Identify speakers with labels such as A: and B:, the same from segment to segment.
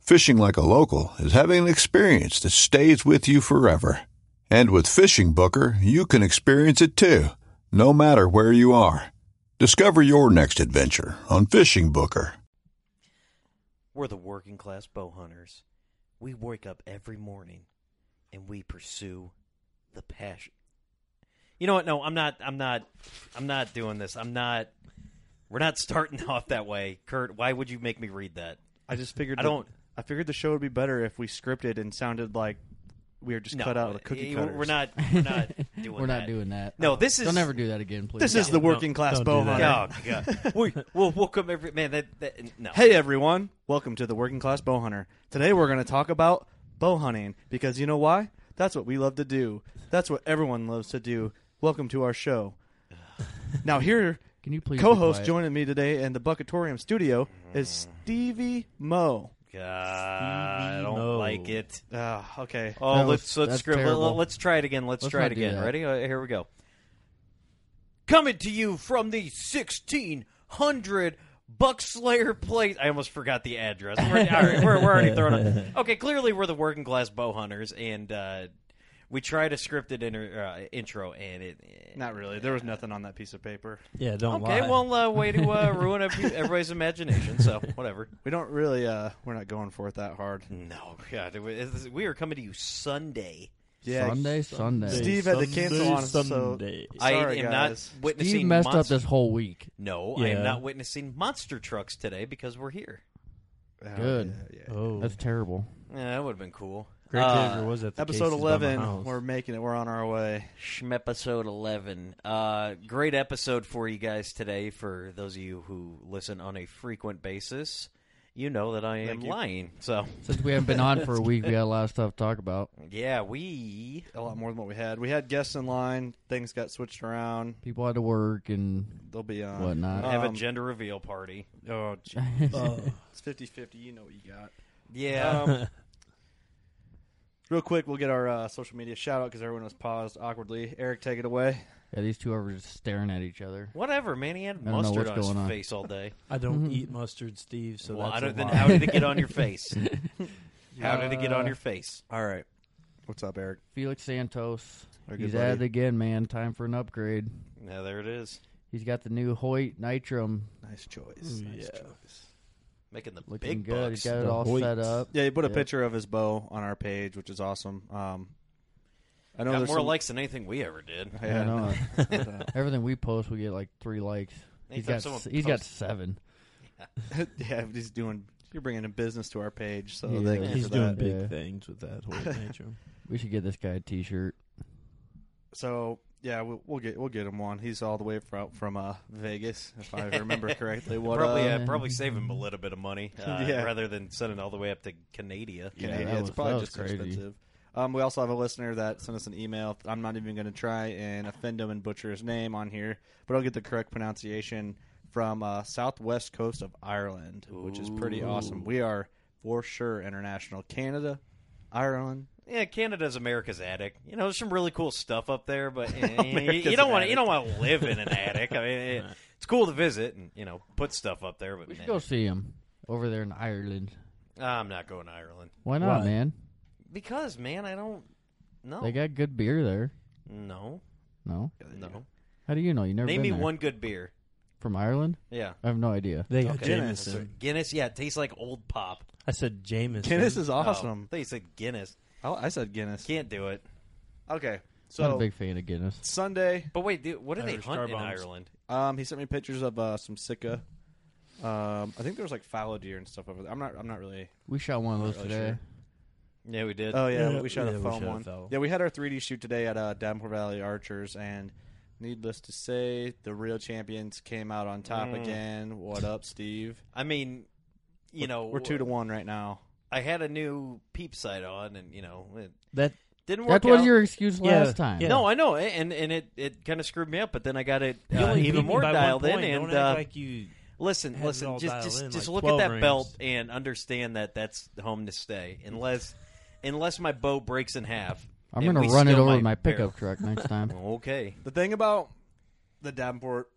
A: Fishing like a local is having an experience that stays with you forever. And with Fishing Booker, you can experience it too, no matter where you are. Discover your next adventure on Fishing Booker.
B: We're the working class bow hunters. We wake up every morning and we pursue the passion. You know what? No, I'm not I'm not I'm not doing this. I'm not we're not starting off that way. Kurt, why would you make me read that?
C: I just figured.
B: I
C: the-
B: don't-
C: I figured the show would be better if we scripted and sounded like we were just cut out of the cookie
B: eh,
C: cutters.
B: We're not we're not doing
D: We're not
B: that.
D: doing that.
B: No,
D: Oh,
B: this is-
D: Don't ever do that again, please.
C: This is the working class
E: don't
C: bow
E: do that.
C: hunter.
B: Oh god. we we'll woke up every man that, that no.
C: Hey everyone, welcome to the working class bow hunter. Today we're going to talk about bow hunting because you know why? That's what we love to do. That's what everyone loves to do. Welcome to our show. Now here,
D: Can you please be
C: co-host
D: quiet?
C: joining me today in the Buckatorium studio is Stevie Moe.
B: God, I don't
E: Mo.
B: like it.
C: Ah, okay.
B: Oh,
D: That was-
B: let's let's
D: that's
B: script. Let,
D: terrible.
B: us try it again. Let's,
D: Let's
B: try
D: not
B: it
D: do
B: again.
D: that.
B: Ready? Uh, here we go. Coming to you from the sixteen hundred Buckslayer Place. I almost forgot the address. We're, all right, we're, we're already throwing. Up. Okay, clearly we're the working class bow hunters, and uh, we tried a scripted inter, uh, intro, and it. eh.
C: Not really. There was nothing on that piece of paper.
E: Yeah, don't
B: okay,
E: lie.
B: well, uh, way to uh, ruin every- everybody's imagination. So whatever.
C: We don't really. uh We're not going for it that hard.
B: No, God, it was, we are coming to you Sunday.
C: Yeah.
D: Sunday, Sunday.
C: Steve had to cancel on us, so-
E: Sunday.
B: I
C: Sorry,
B: am
C: guys.
B: not witnessing.
D: Steve messed up
B: monster-
D: this whole week.
B: No, I am
E: Yeah.
B: not witnessing monster trucks today because we're here.
C: Oh,
D: Good.
C: yeah, yeah.
E: Oh,
D: That's terrible.
B: Yeah, that would have been cool.
E: Greg
B: Uh,
E: Jaeger was at the
C: Episode
E: Casey's by my
C: eleven.
E: house.
C: We're making it. We're on our way.
B: Schmepisode 11. Uh, great episode for you guys today. For those of you who listen on a frequent basis, you know that I am
C: Thank you.
B: lying. So,
D: Since we haven't been on for a week, we got a lot of stuff to talk about.
B: yeah, we.
C: a lot more than what we had. We had guests in line. Things got switched around.
D: People had to work, and
C: They'll be on.
D: Whatnot.
B: Have a
C: Um,
B: gender reveal party.
C: Oh, gee.
E: Oh.
C: it's 50-50. You know what you got.
B: Yeah. um,
C: Real quick, we'll get our uh, social media shout out because everyone was paused awkwardly. Eric, take it away.
D: yeah, these two are just staring at each other.
B: whatever, man. He had
D: don't know
B: mustard
D: what's
B: on his
D: going on.
B: face all day.
E: I don't eat mustard, Steve. So
B: well, I
E: that's a
B: don't, then
E: lie.
B: how did it get on your face? how did it get on your face?
D: Uh,
C: All right. What's up, Eric?
D: Felix Santos,
C: Our good
D: he's at it
C: buddy.
D: again, man. Time for an upgrade.
B: Yeah, there it is.
D: He's got the new Hoyt Nitrum
C: Nice choice. Nice
E: Yeah.
C: choice.
B: Making the
D: looking
B: big
D: good.
B: bucks.
D: He's got it
E: The
D: all
E: Hoyt.
D: set up.
C: Yeah, he put a
D: Yep.
C: picture of his bow on our page, which is awesome. Um, I know
B: Got
C: there's
B: more
C: some-
B: likes than anything we ever did.
C: Yeah,
D: I know.
C: but, uh,
D: Everything we post, we get like three likes. He's
B: Anytime
D: got,
B: someone
D: s- he's got
B: posts-
D: seven.
C: yeah, but he's doing. You're bringing a business to our page, so
D: Yeah.
C: thank you
E: He's
C: for
E: doing
C: that.
E: big
D: Yeah.
E: things with that whole nature.
D: We should get this guy a T-shirt.
C: So yeah, we'll, we'll get we'll get him one. He's all the way from from uh, Vegas, if I remember correctly. What
B: probably,
C: uh,
B: uh, probably save him a little bit of money uh,
C: Yeah.
B: rather than sending all the way up to Canada.
D: Yeah,
C: Canadian.
D: that
C: it's
D: was-
C: probably
D: that was
C: just
D: crazy.
C: expensive. Um, we also have a listener that sent us an email. I'm not even going to try and offend him and butcher his name on here, but I'll get the correct pronunciation from uh, southwest coast of Ireland, which is pretty awesome. We are for sure international. Canada, Ireland,
B: yeah, Canada's America's attic. You know, there's some really cool stuff up there, but eh,
C: America's
B: you don't want you
C: attic.
B: don't want to live in an attic. I mean, it, it's cool to visit and you know put stuff up there, but
D: We should
B: man,
D: go see him over there in Ireland.
B: I'm not going to Ireland
D: Why not,
E: Why?
D: man?
B: because man, I don't. No,
D: They got good beer there.
B: no,
D: No,
B: no.
D: how do you know? You never
B: Name me
D: been there.
B: one good beer.
D: from Ireland.
B: Yeah,
D: I have no idea.
E: They got
C: Okay.
E: Jameson.
B: Guinness. Yeah, it tastes like old pop.
E: I said Jameson.
C: Guinness is
B: Oh,
C: awesome. Oh,
B: they said Guinness.
C: I, I said Guinness.
B: Can't do it.
C: Okay,
D: Not a
C: so
D: big fan of Guinness.
C: Sunday,
B: But wait, dude, what do they
E: Irish
B: hunt
E: Uh, car
B: in
E: bombs.
B: Ireland?
C: um, he sent me pictures of uh, some Sika. Um, I think there was like fallow deer and stuff over there. I'm not. I'm not really.
D: We shot one of
C: Not
D: those
C: really
D: today.
C: sure.
B: Yeah, we did.
C: Oh yeah,
E: Yeah,
C: we shot
E: yeah,
C: a
E: we
C: foam
E: shot a
C: one.
E: fallow.
C: yeah, we had our 3D shoot today at uh, Davenport Valley Archers, and needless to say, the real champions came out on top
B: Mm.
C: again. What up, Steve?
B: I mean, you
C: We're-
B: know,
C: we're two to one right now.
B: I had a new peep sight on, and you know, it
E: That
B: didn't work.
D: That was
B: out.
D: your excuse
E: Yeah,
D: last time.
E: yeah.
B: No, I know, eh, and and it, it kind of screwed me up. But then I got it
E: You
B: uh,
E: only beat
B: even
E: me
B: more
E: by one
B: dialed in.
E: point.
B: And
E: Don't act
B: uh,
E: like you
B: listen,
E: had it
B: listen,
E: all
B: just
E: dialed
B: just
E: in,
B: just
E: like
B: look at
E: 12
B: that
E: rings.
B: belt and understand that that's home to stay. Unless unless my bow breaks in half,
D: I'm
B: and
D: gonna
B: we
D: run it
B: steal
D: over
B: my
D: with my
B: barrel.
D: pickup truck next time.
B: Okay,
C: The thing about the Davenport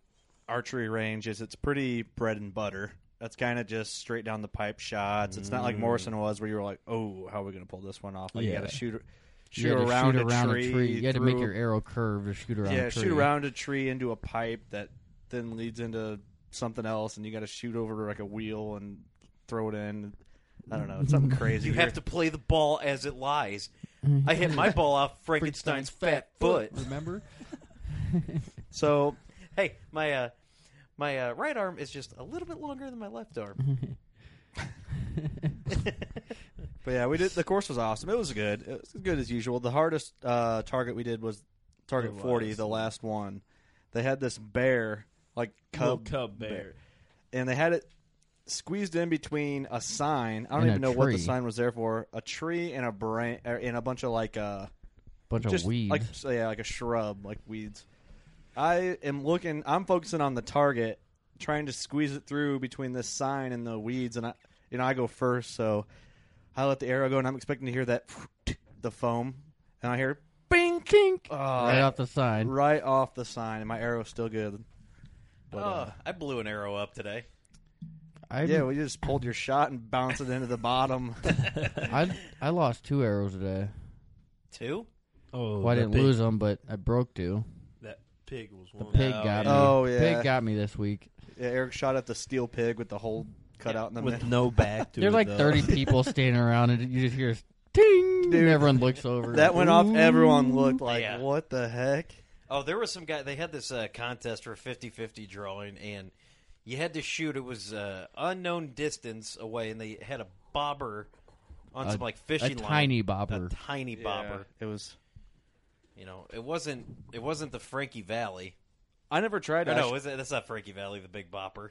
C: archery range is it's pretty bread and butter. That's kind of just straight down the pipe shots. It's not like Morrison was where you were like, "Oh, how are we going to pull this one off?" Like you
E: Yeah.
C: got to shoot shoot
D: Mm. You had to
C: around,
D: shoot around
C: a tree.
D: You had to make
C: through-
D: your arrow curve to shoot around.
C: yeah,
D: a tree.
C: shoot around a tree into a pipe that then leads into something else, and you got to shoot over like a wheel and throw it in. I don't know, it's something crazy.
B: you have to play the ball as it lies.
D: Mm-hmm.
B: I hit my ball off Frankenstein's fat foot.
D: Remember?
C: So
B: Hey, my uh, my uh, right arm is just a little bit longer than my left
D: Mm-hmm.
B: arm.
C: But yeah, we did. The course was awesome. It was good. It was as good as usual. The hardest uh, target we did was target
E: It was.
C: forty, the last one. They had this bear, like
E: little
C: cub,
E: cub bear.
C: and they had it squeezed in between a sign. I don't
D: And
C: even
D: a
C: know what the
D: tree.
C: sign was there for. A tree and a branch er, and a bunch of like uh,
D: Bunch of
C: just
D: weeds.
C: like so yeah, like a shrub, like weeds. I am looking. I'm focusing on the target, trying to squeeze it through between this sign and the weeds, and I, you know, I go first, so I let the arrow go, and I'm expecting to hear that the foam, and I hear bing, bing,
D: right off the sign.
C: right off the sign, and my arrow's still good. But, uh,
B: Oh, I blew an arrow up today.
D: I,
C: yeah, we just pulled your shot and bounced it into the bottom.
D: I I lost two arrows today.
B: Two.
E: Oh,
D: Well, I
E: that
D: didn't
E: pig-
D: lose them, but I broke two.
E: That pig was
D: The
E: one.
D: pig
B: Oh,
D: got
B: yeah.
D: me.
C: Oh, yeah.
D: Pig got me this week.
C: yeah, Eric shot at the steel pig with the hole cut out in the
E: with
C: middle.
E: no back. to
D: There's
E: it,
D: like
E: though.
D: 30 people standing around, and you just hear this ding,
C: Dude.
D: and everyone looks over.
C: That went off. Everyone looked like,
B: Yeah.
C: "What the heck?"
B: Oh, there was some guy. They had this uh, contest for 50-50 drawing, and you had to shoot. It was uh, unknown distance away, and they had a bobber on
D: A-
B: some like
D: a
B: fishing line.
D: tiny
B: a
D: bobber.
B: tiny bobber.
C: It was.
B: You know, it wasn't. It wasn't the Frankie Valley.
C: I never tried.
B: No,
C: it.
B: no, is it, that's not Frankie Valley. The big bopper.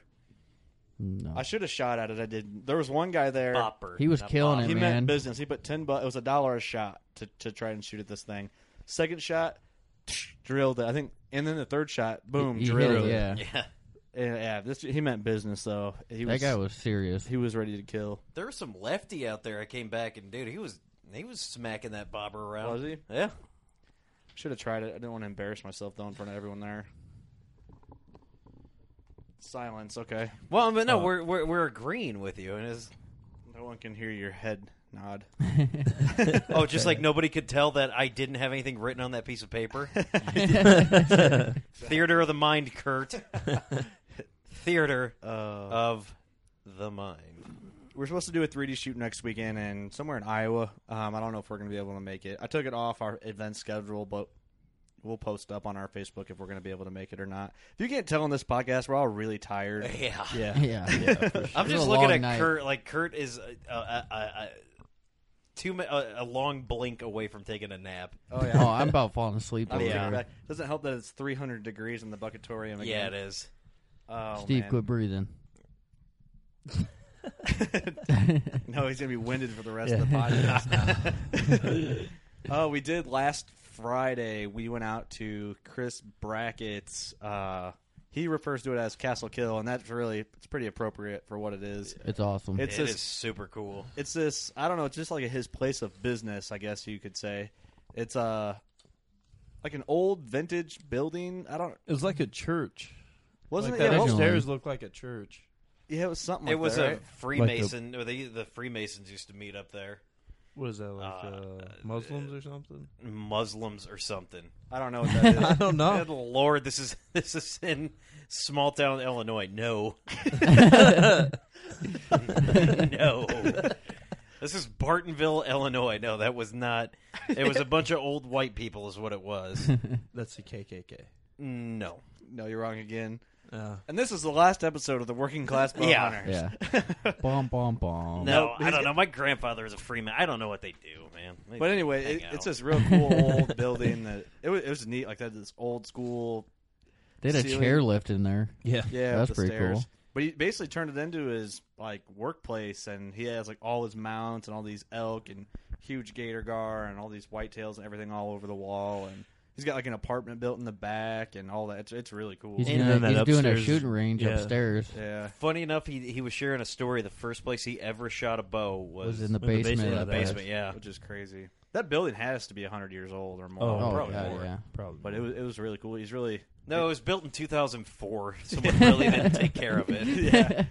D: No.
C: I should have shot at it. I didn't. There was one guy there.
B: Bopper.
D: He was
B: not
D: killing
B: bobber.
C: He
D: it.
C: meant
D: man.
C: business. He put ten bucks. It was a dollar a shot to, to try and shoot at this thing. Second shot, drilled it. I think, and then the third shot, boom,
D: He hit
C: drilled it.
D: it, Yeah.
B: Yeah,
C: Yeah, yeah, This he meant business though. He
D: That
C: was,
D: guy was serious.
C: he was ready to kill.
B: there was some lefty out there. I came back and dude, he was he was smacking that bobber around.
C: Was he?
B: Yeah.
C: Should have tried it. I didn't want to embarrass myself though in front of everyone there. Silence. Okay,
B: Well, but no, we're, we're we're agreeing with you, and it's
C: no one can hear your head nod.
B: Oh, just like nobody could tell that I didn't have anything written on that piece of paper. Theater of the mind, Kurt. Theater
C: Uh,
B: of the mind.
C: we're supposed to do a 3D shoot next weekend and somewhere in Iowa. Um, I don't know if we're going to be able to make it. I took it off our event schedule, but we'll post up on our Facebook if we're going to be able to make it or not. If you can't tell on this podcast, we're all really tired.
B: Yeah.
C: Yeah.
D: Yeah.
B: I'm
D: It was
B: just
D: a
B: looking
D: long
B: at
D: night.
B: Kurt. Like Kurt is a, a, a, a, too ma- a, a long blink away from taking a nap.
C: Oh yeah.
D: Oh, I'm about falling asleep.
C: I'm
D: over
C: taking
B: Yeah.
C: it
D: here.
C: back. Doesn't help that it's 300 degrees in the bucketorium. Again.
B: Yeah, it is.
C: Oh,
D: Steve,
C: man.
D: quit breathing.
C: No, he's gonna be winded for the rest of the podcast. oh, we did last Friday. We went out to Chris Brackett's. Uh, He refers to it as Castle Kill, and that's really it's pretty appropriate for what it is.
D: It's awesome.
C: It's
B: It
C: this
B: is super cool.
C: it's this I don't know, it's just like his place of business, I guess you could say. It's uh like an old vintage building. I don't
E: It was like a church.
C: wasn't
E: like
C: it?
E: that
C: Yeah, what-
D: original-
E: upstairs looked like a church.
C: yeah, it was something. Like
B: It was
C: that,
B: a
C: right?
B: Freemason. or the the Freemasons used to meet up there.
E: What is that like?
B: Uh,
E: Uh, Muslims or something?
B: Muslims or something.
C: I don't know what that is.
E: I don't know.
B: Good lord, this is this is in small town Illinois. No, no, this is Bartonville, Illinois. No, that was not. It was a bunch of old white people, is what it was.
E: That's the KKK.
B: No,
C: no, you're wrong again.
E: Uh,
C: And this is the last episode of the Working Class Bow
B: Yeah.
C: Hunters.
D: yeah. bomb, bomb, bomb.
B: no,
C: Nope,
B: I
C: he's
B: don't
C: got-
B: know. My grandfather is a Freeman. I don't know what they do, man. They
C: But anyway,
B: hang
C: it, it's
B: out.
C: this real cool old building that it was, it was neat. Like that, this old school.
D: They had a
C: ceiling.
D: chair lift in there.
E: yeah.
C: Yeah,
D: That's
C: with the
D: pretty
C: stairs.
D: cool.
C: But he basically turned it into his like workplace, and he has like all his mounts and all these elk and huge gator gar and all these whitetails and everything all over the wall, and he's got like an apartment built in the back and all that. It's, it's really cool.
D: He's,
E: And
D: doing
E: then
D: a,
E: that
D: he's doing a
E: upstairs-
D: shooting range
E: yeah.
D: upstairs.
C: yeah,
B: Funny enough, he he was sharing a story. The first place he ever shot a bow was,
D: Was in the
E: in the basement
D: basement.
E: of
D: of
B: the
D: that.
B: basement. Yeah,
C: which is crazy. That building has to be hundred years old or more.
E: Oh,
D: Oh,
E: Probably
D: God,
E: more.
D: yeah.
E: Probably.
C: But it was it was really cool. He's really
B: no, it was built in 2004. Someone really didn't take care of it.
C: yeah.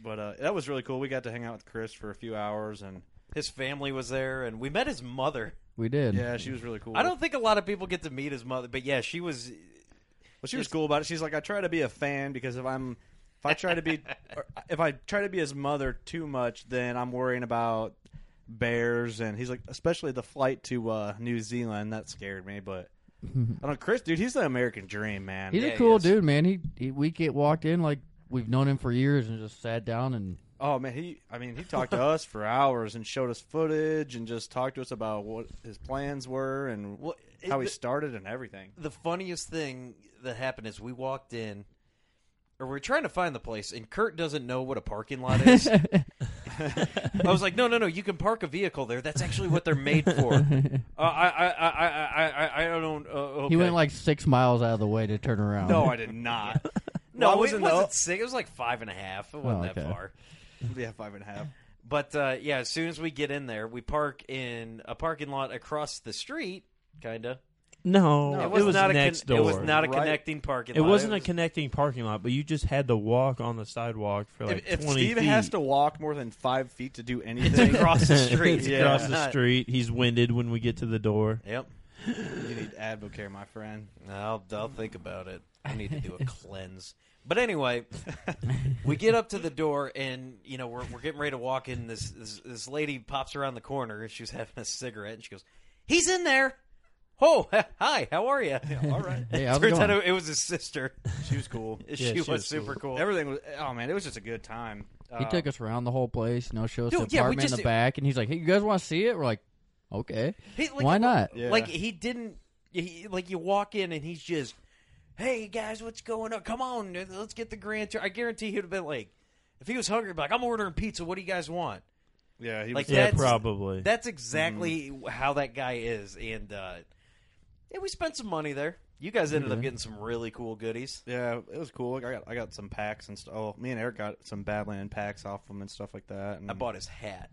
C: but uh, that was really cool. We got to hang out with Chris for a few hours, and
B: His family was there, and we met his mother.
D: We did.
C: yeah, she was really cool.
B: I don't think a lot of people get to meet his mother, but yeah, she was.
C: Well, she was cool about it. She's like, I try to be a fan because if I'm, if I try to be, or if I try to be his mother too much, then I'm worrying about bears. And he's like, especially the flight to uh, New Zealand that scared me. But I don't, Chris, dude, he's the American dream, man.
D: He's
B: Yeah,
D: a
B: he
D: cool
B: is.
D: dude, man. He, he we get walked in like we've known him for years and just sat down and
C: Oh man, he I mean he talked to us for hours and showed us footage and just talked to us about what his plans were and
B: Well, it-
C: how he started and everything.
B: The funniest thing that happened is we walked in, or we are trying to find the place, and Kurt doesn't know what a parking lot is. I was like, no, no, no, you can park a vehicle there. That's actually what they're made for. Uh, I, I, I, I, I- I, I don't. Uh, okay.
D: he went like six miles out of the way to turn around.
C: No, I did not.
B: no,
C: I
B: it
C: was
B: wasn't
C: in the-
B: sick. It was like five and a half. It wasn't
D: Oh,
B: that
D: okay.
B: far.
C: yeah, five and a half.
B: But uh, yeah, as soon as we get in there, we park in a parking lot across the street, kinda.
E: no,
C: No,
E: it was,
B: not
E: next
B: a con-
E: door.
B: It was not a
C: Right.
B: connecting parking.
E: It
B: lot.
E: wasn't a
B: was-
E: connecting parking lot, but you just had to walk on the sidewalk for like
C: If, if
E: twenty
C: Steven
E: feet.
C: has to walk more than five feet to do
B: It's
C: anything,
B: across the street.
E: It's
B: yeah.
E: across
B: Not-
E: the street. He's winded when we get to the door.
B: Yep.
C: you need Advocare, my friend.
B: I'll I'll think about it. I need to do a cleanse. But anyway, we get up to the door and you know we're we're getting ready to walk in. This this, this lady pops around the corner and she's having a cigarette and she goes, "He's in there." Oh, hi. How are you? all right.
D: Hey, how's it
B: Turns out
D: going?
B: it was his sister.
C: She was cool.
B: she,
E: she
B: was,
E: was
B: super cool.
C: Everything was. Oh man, it was just a good time.
D: He
C: Uh,
D: took us around the whole place, you know, showed us
B: Dude,
D: the
B: yeah, we
D: apartment in
B: just-
D: the back, and he's like, "Hey, you guys want to see it?" We're like, "Okay,
B: He- like-
D: why not?"
C: Yeah.
B: Like he didn't. He, like you walk in and he's just, "Hey guys, what's going on? Come on, let's get the grand tour." I guarantee he'd have been like, if he was hungry, he'd be like, "I'm ordering pizza. What do you guys want?"
C: Yeah, he
B: Like
C: was.
E: Yeah,
B: that's,
E: probably.
B: That's exactly
C: Mm-hmm.
B: how that guy is, and uh, yeah, we spent some money there. You guys ended
C: Mm-hmm.
B: up getting some really cool goodies.
C: Yeah, it was cool. Like, I got I got some packs and stuff. Oh, me and Eric got some Badland packs off him and stuff like that. And
B: I bought his hat.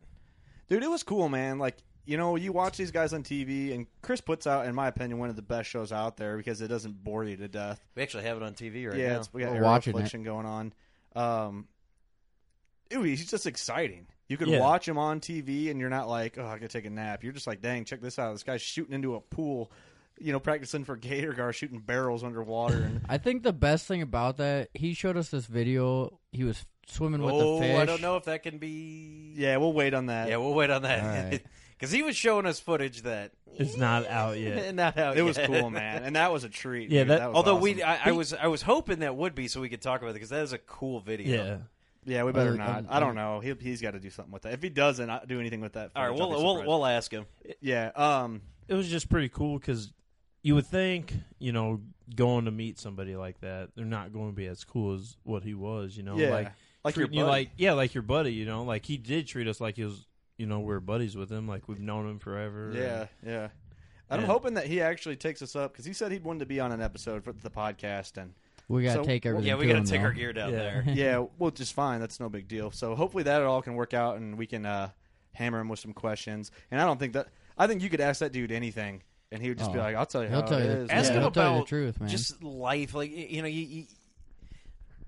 C: dude it was cool man like you know you watch these guys on tv and chris puts out in my opinion one of the best shows out there because it doesn't bore you to death
B: We actually have it on TV right
C: yeah
B: now.
C: it's, we got
D: We're
C: arrow
D: watching it.
C: affliction going on um dude he's just exciting you can
E: Yeah.
C: watch him on tv and you're not like oh i gotta take a nap you're just like dang check this out this guy's shooting into a pool you know practicing for gator gar shooting barrels underwater and
D: I think the best thing about that, he showed us this video. He was swimming with
B: oh,
D: the fish.
B: I don't know if that can be.
C: yeah we'll wait on that
B: yeah, we'll wait on
D: All
B: that
D: right.
B: because he was showing us footage that
E: It's not out yet.
B: not out.
C: it was
B: yet.
C: cool man and that was a treat
E: Yeah,
C: dude.
E: that-
C: was
B: Although
C: awesome.
B: we, I, I was, I was hoping that would be so we could talk about it because that is a cool video.
E: Yeah.
C: Yeah, we better
D: Uh,
C: not.
D: um,
C: I don't know. He, he's got to do something with that. If he doesn't I- do anything with that,
B: All right,
C: footage, I'll
B: we'll
C: be
B: we'll,
C: surprised.
B: we'll ask him.
C: yeah. Um,
E: It was just pretty cool because you would think, you know, going to meet somebody like that, they're not going to be as cool as what he was, you know?
C: yeah,
E: Like,
C: like, your
E: treating you
C: buddy.
E: like yeah, like your buddy, you know, like he did treat us like he was you know, we're buddies with him, like we've known him forever.
D: Mm.
C: yeah, yeah. And I'm
E: Yeah.
C: hoping that he actually takes us up because he said he'd wanted to be on an episode for the podcast, and
D: We gotta
C: So-
D: take everything.
B: Yeah, we
D: to
B: got
D: him,
B: to take our
D: though.
B: gear down
E: Yeah.
B: there.
D: Mm-hmm.
C: yeah, well, just fine. That's no big deal. So hopefully that all can work out, and we can uh, hammer him with some questions. And I don't think that I think you could ask that dude anything, and he would just be
D: Oh.
C: like, "I'll tell you
D: He'll
C: how
D: tell
C: it
D: you the-
C: is."
B: Ask
D: Yeah,
B: him
D: I'll tell you the
B: about
D: truth, man.
B: just life, like y- you know, you, you,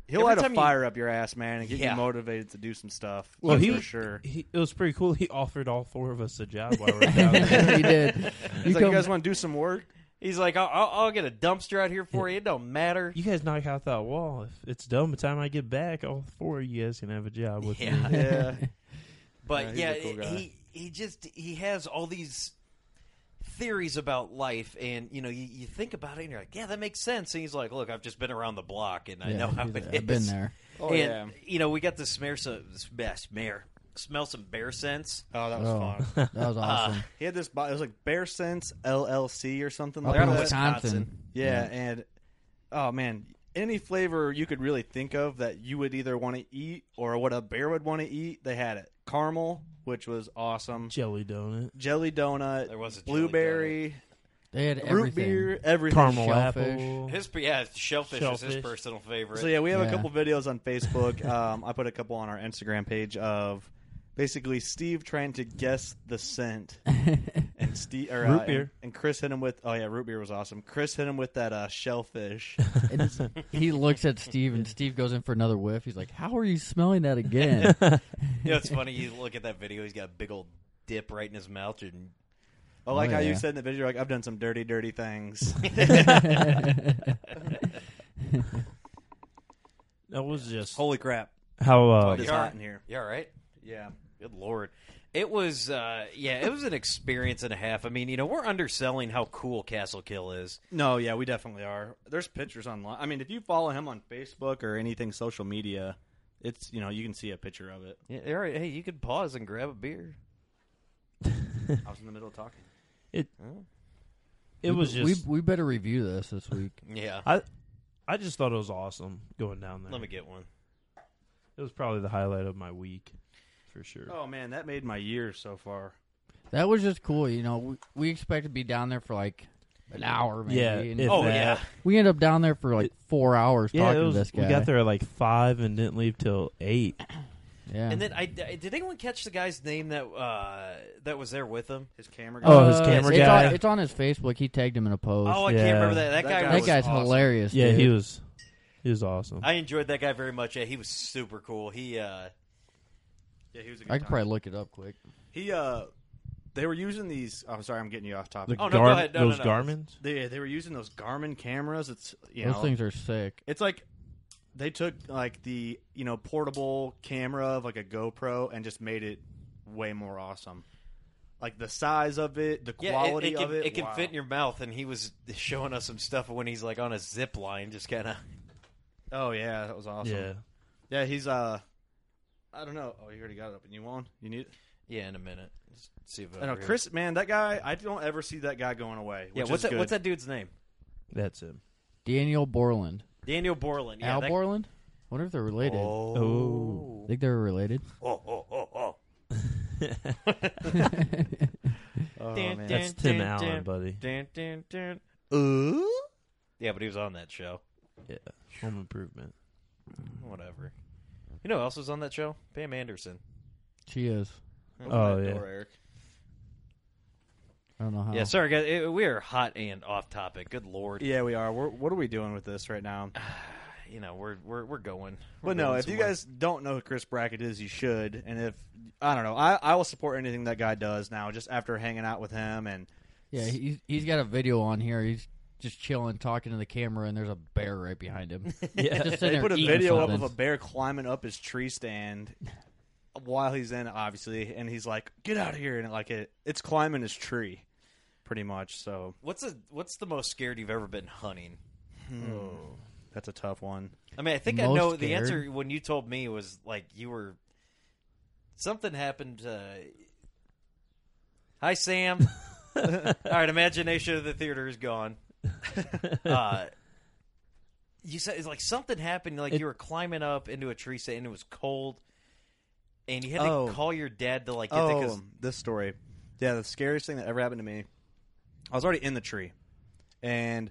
C: He'll
B: every
C: light
B: time
C: a
B: you-
C: fire up your ass, man, and get
B: Yeah.
C: you motivated to do some stuff.
E: Well,
C: that's
E: he
C: for sure.
E: He, it was pretty cool. He offered all four of us a job while we are down there.
D: he did. You
C: He's like,
D: come-
C: "You guys want to do some work?"
B: he's like, I'll, I'll, I'll get a dumpster out here for you. It don't matter.
E: You guys knock out that wall. If it's done by the time I get back, all four of you guys can have a job with
B: Yeah.
E: me.
C: Yeah,
B: But
C: Yeah, he's
B: yeah,
C: a cool guy.
B: he he just he has all these theories about life, and you know, you, you think about it, and you're like, yeah, that makes sense. And he's like, look, I've just been around the block, and I
D: Yeah,
B: know how it
D: he's like,
B: is.
D: I've been there.
C: oh
B: and
C: yeah.
B: you know, we got the smear some smear, smear smell some bear sense.
C: Oh, that was
D: Oh,
C: fun.
D: that was
B: Ah,
D: awesome.
C: He had this. bo- It was like Bear Sense LLC or something
D: Up
C: like
D: in
C: that.
D: Wisconsin.
C: Yeah, and oh man, any flavor you could really think of that you would either want to eat or what a bear would want to eat, they had it. Caramel, which was awesome.
E: Jelly donut.
C: Jelly donut.
B: There was a jelly
C: blueberry,
D: They had
C: root
D: everything.
C: beer, everything.
E: Caramel
D: Shellfish.
E: apple.
B: His yeah, shellfish, is his
E: Shellfish.
B: personal favorite.
C: So yeah, we have a
D: Yeah.
C: couple videos on Facebook. um, I put a couple on our Instagram page of basically Steve trying to guess the scent, and Steve or, uh,
E: Root beer.
C: and, and Chris hit him with oh yeah, root beer was awesome. Chris hit him with that uh, shellfish.
D: And it's- he looks at Steve, and Steve goes in for another whiff. He's like, "How are you smelling that again?"
B: You know, it's funny. You look at that video; he's got a big old dip right in his mouth, and
C: I like
D: Oh,
C: how you
D: yeah.
C: said in the video, like I've done some dirty, dirty things.
E: That was just
C: Holy crap!
E: how. Uh,
C: It is
B: You all
C: hot
B: right?
C: in here.
B: You all right?
C: Yeah.
B: Good lord. It was uh yeah, it was an experience and a half. I mean, you know, we're underselling how cool Castle Kill is.
C: No, yeah, we definitely are. There's pictures online. I mean, if you follow him on Facebook or anything social media, it's you know you can see a picture of it.
B: Yeah, all right, hey, you could pause and grab a beer.
C: I was in the middle of talking.
E: it was just.
D: we we better review this this week.
B: Yeah.
E: I I just thought it was awesome going down there.
B: Let me get one.
E: it was probably the highlight of my week, for sure.
C: Oh man, that made my year so far.
D: That was just cool. You know, we, we expect to be down there for like an hour, maybe.
E: Yeah,
D: and
E: if
B: Oh
E: that.
B: yeah.
D: we end up down there for like four hours
E: Yeah,
D: talking
E: it was,
D: to this guy.
E: we got there at like five and didn't leave till eight.
D: Yeah.
B: And then I, I- did anyone catch the guy's name that uh that was there with him?
C: His camera.
E: Oh,
C: guy-
E: his camera
D: it's
E: guy.
D: On, it's on his Facebook. He tagged him in a post.
B: Oh, I
E: yeah.
B: can't remember that.
C: That
B: That, guy,
C: guy
D: that
B: was
D: guy's
B: awesome.
D: hilarious.
E: Yeah,
D: dude.
E: he was. He was awesome.
B: I enjoyed that guy very much. Yeah, he was super cool. He uh
C: yeah, he was. A good
D: I could
C: time.
D: probably look it up quick.
C: He uh, they were using these. Oh, sorry, I'm getting you off topic.
E: the
B: Oh, no, go
E: Gar-
B: ahead. No, no,
E: those
B: no.
E: Garmin's.
C: They they were using those Garmin cameras. It's you
D: Those
C: know
D: things are sick.
C: It's like they took like the you know portable camera of like a GoPro and just made it way more awesome. Like the size of it, the
B: yeah, it-
C: quality
B: it, can,
C: of it.
B: can
C: wow.
B: fit in your mouth and he was showing us some stuff when he's like on a zip line just kind of
C: Oh yeah, that was awesome.
E: Yeah.
C: Yeah, he's uh, I don't know. Oh, you already got it open. You want? You need?
B: yeah, in a minute. Let's see if
C: I know Chris, man, that guy. I don't ever see that guy going away.
B: Yeah,
C: which
B: what's
C: is
B: that
C: good.
B: what's that dude's name?
E: That's him.
D: Daniel Borland.
B: Daniel Borland. Yeah,
D: Al
B: that-
D: Borland? wonder if they're related.
E: Oh.
D: Think they're related.
B: Oh, oh, oh, oh.
C: Oh, man.
E: That's Tim Allen, buddy.
B: Dun, dun, dun. Yeah, but he was on that show.
E: Yeah. Home improvement.
B: Whatever. You know who else was on that show? Pam Anderson.
D: She is.
E: Oh, yeah.
C: Door, Eric.
D: I don't know how.
B: Yeah, sorry, guys. It- we are hot and off topic. Good lord.
C: Yeah, we are. We're, what are we doing with this right now?
B: You know, we're we're, we're going. We're
C: But no,
B: going
C: if you
B: somewhere.
C: guys don't know who Chris Brackett is, you should. And if I don't know, I, I will support anything that guy does now. Just after hanging out with him, and
D: Yeah, he's, he's got a video on here. He's just chilling, talking to the camera, and there's a bear right behind him.
E: Yeah.
D: Just sitting
C: they
D: there
C: put a
D: eating
C: video up of
D: something.
C: a bear climbing up his tree stand while he's in, it, obviously, and he's like, "Get out of here!" And like it, it's climbing his tree, pretty much. So
B: what's a, what's the most scared you've ever been hunting?
C: that's a tough one.
B: I mean, I think I
D: Most
B: know the
D: scared?
B: answer when you told me was like you were something happened. Uh... Hi, Sam. All right, imagination of the theater is gone. Uh, you said it's like something happened. Like
E: It-
B: you were climbing up into a tree stand and it was cold, and you had to
C: Oh.
B: call your dad to like get
C: Oh,
B: there 'cause-
C: this story. Yeah, the scariest thing that ever happened to me. I was already in the tree, and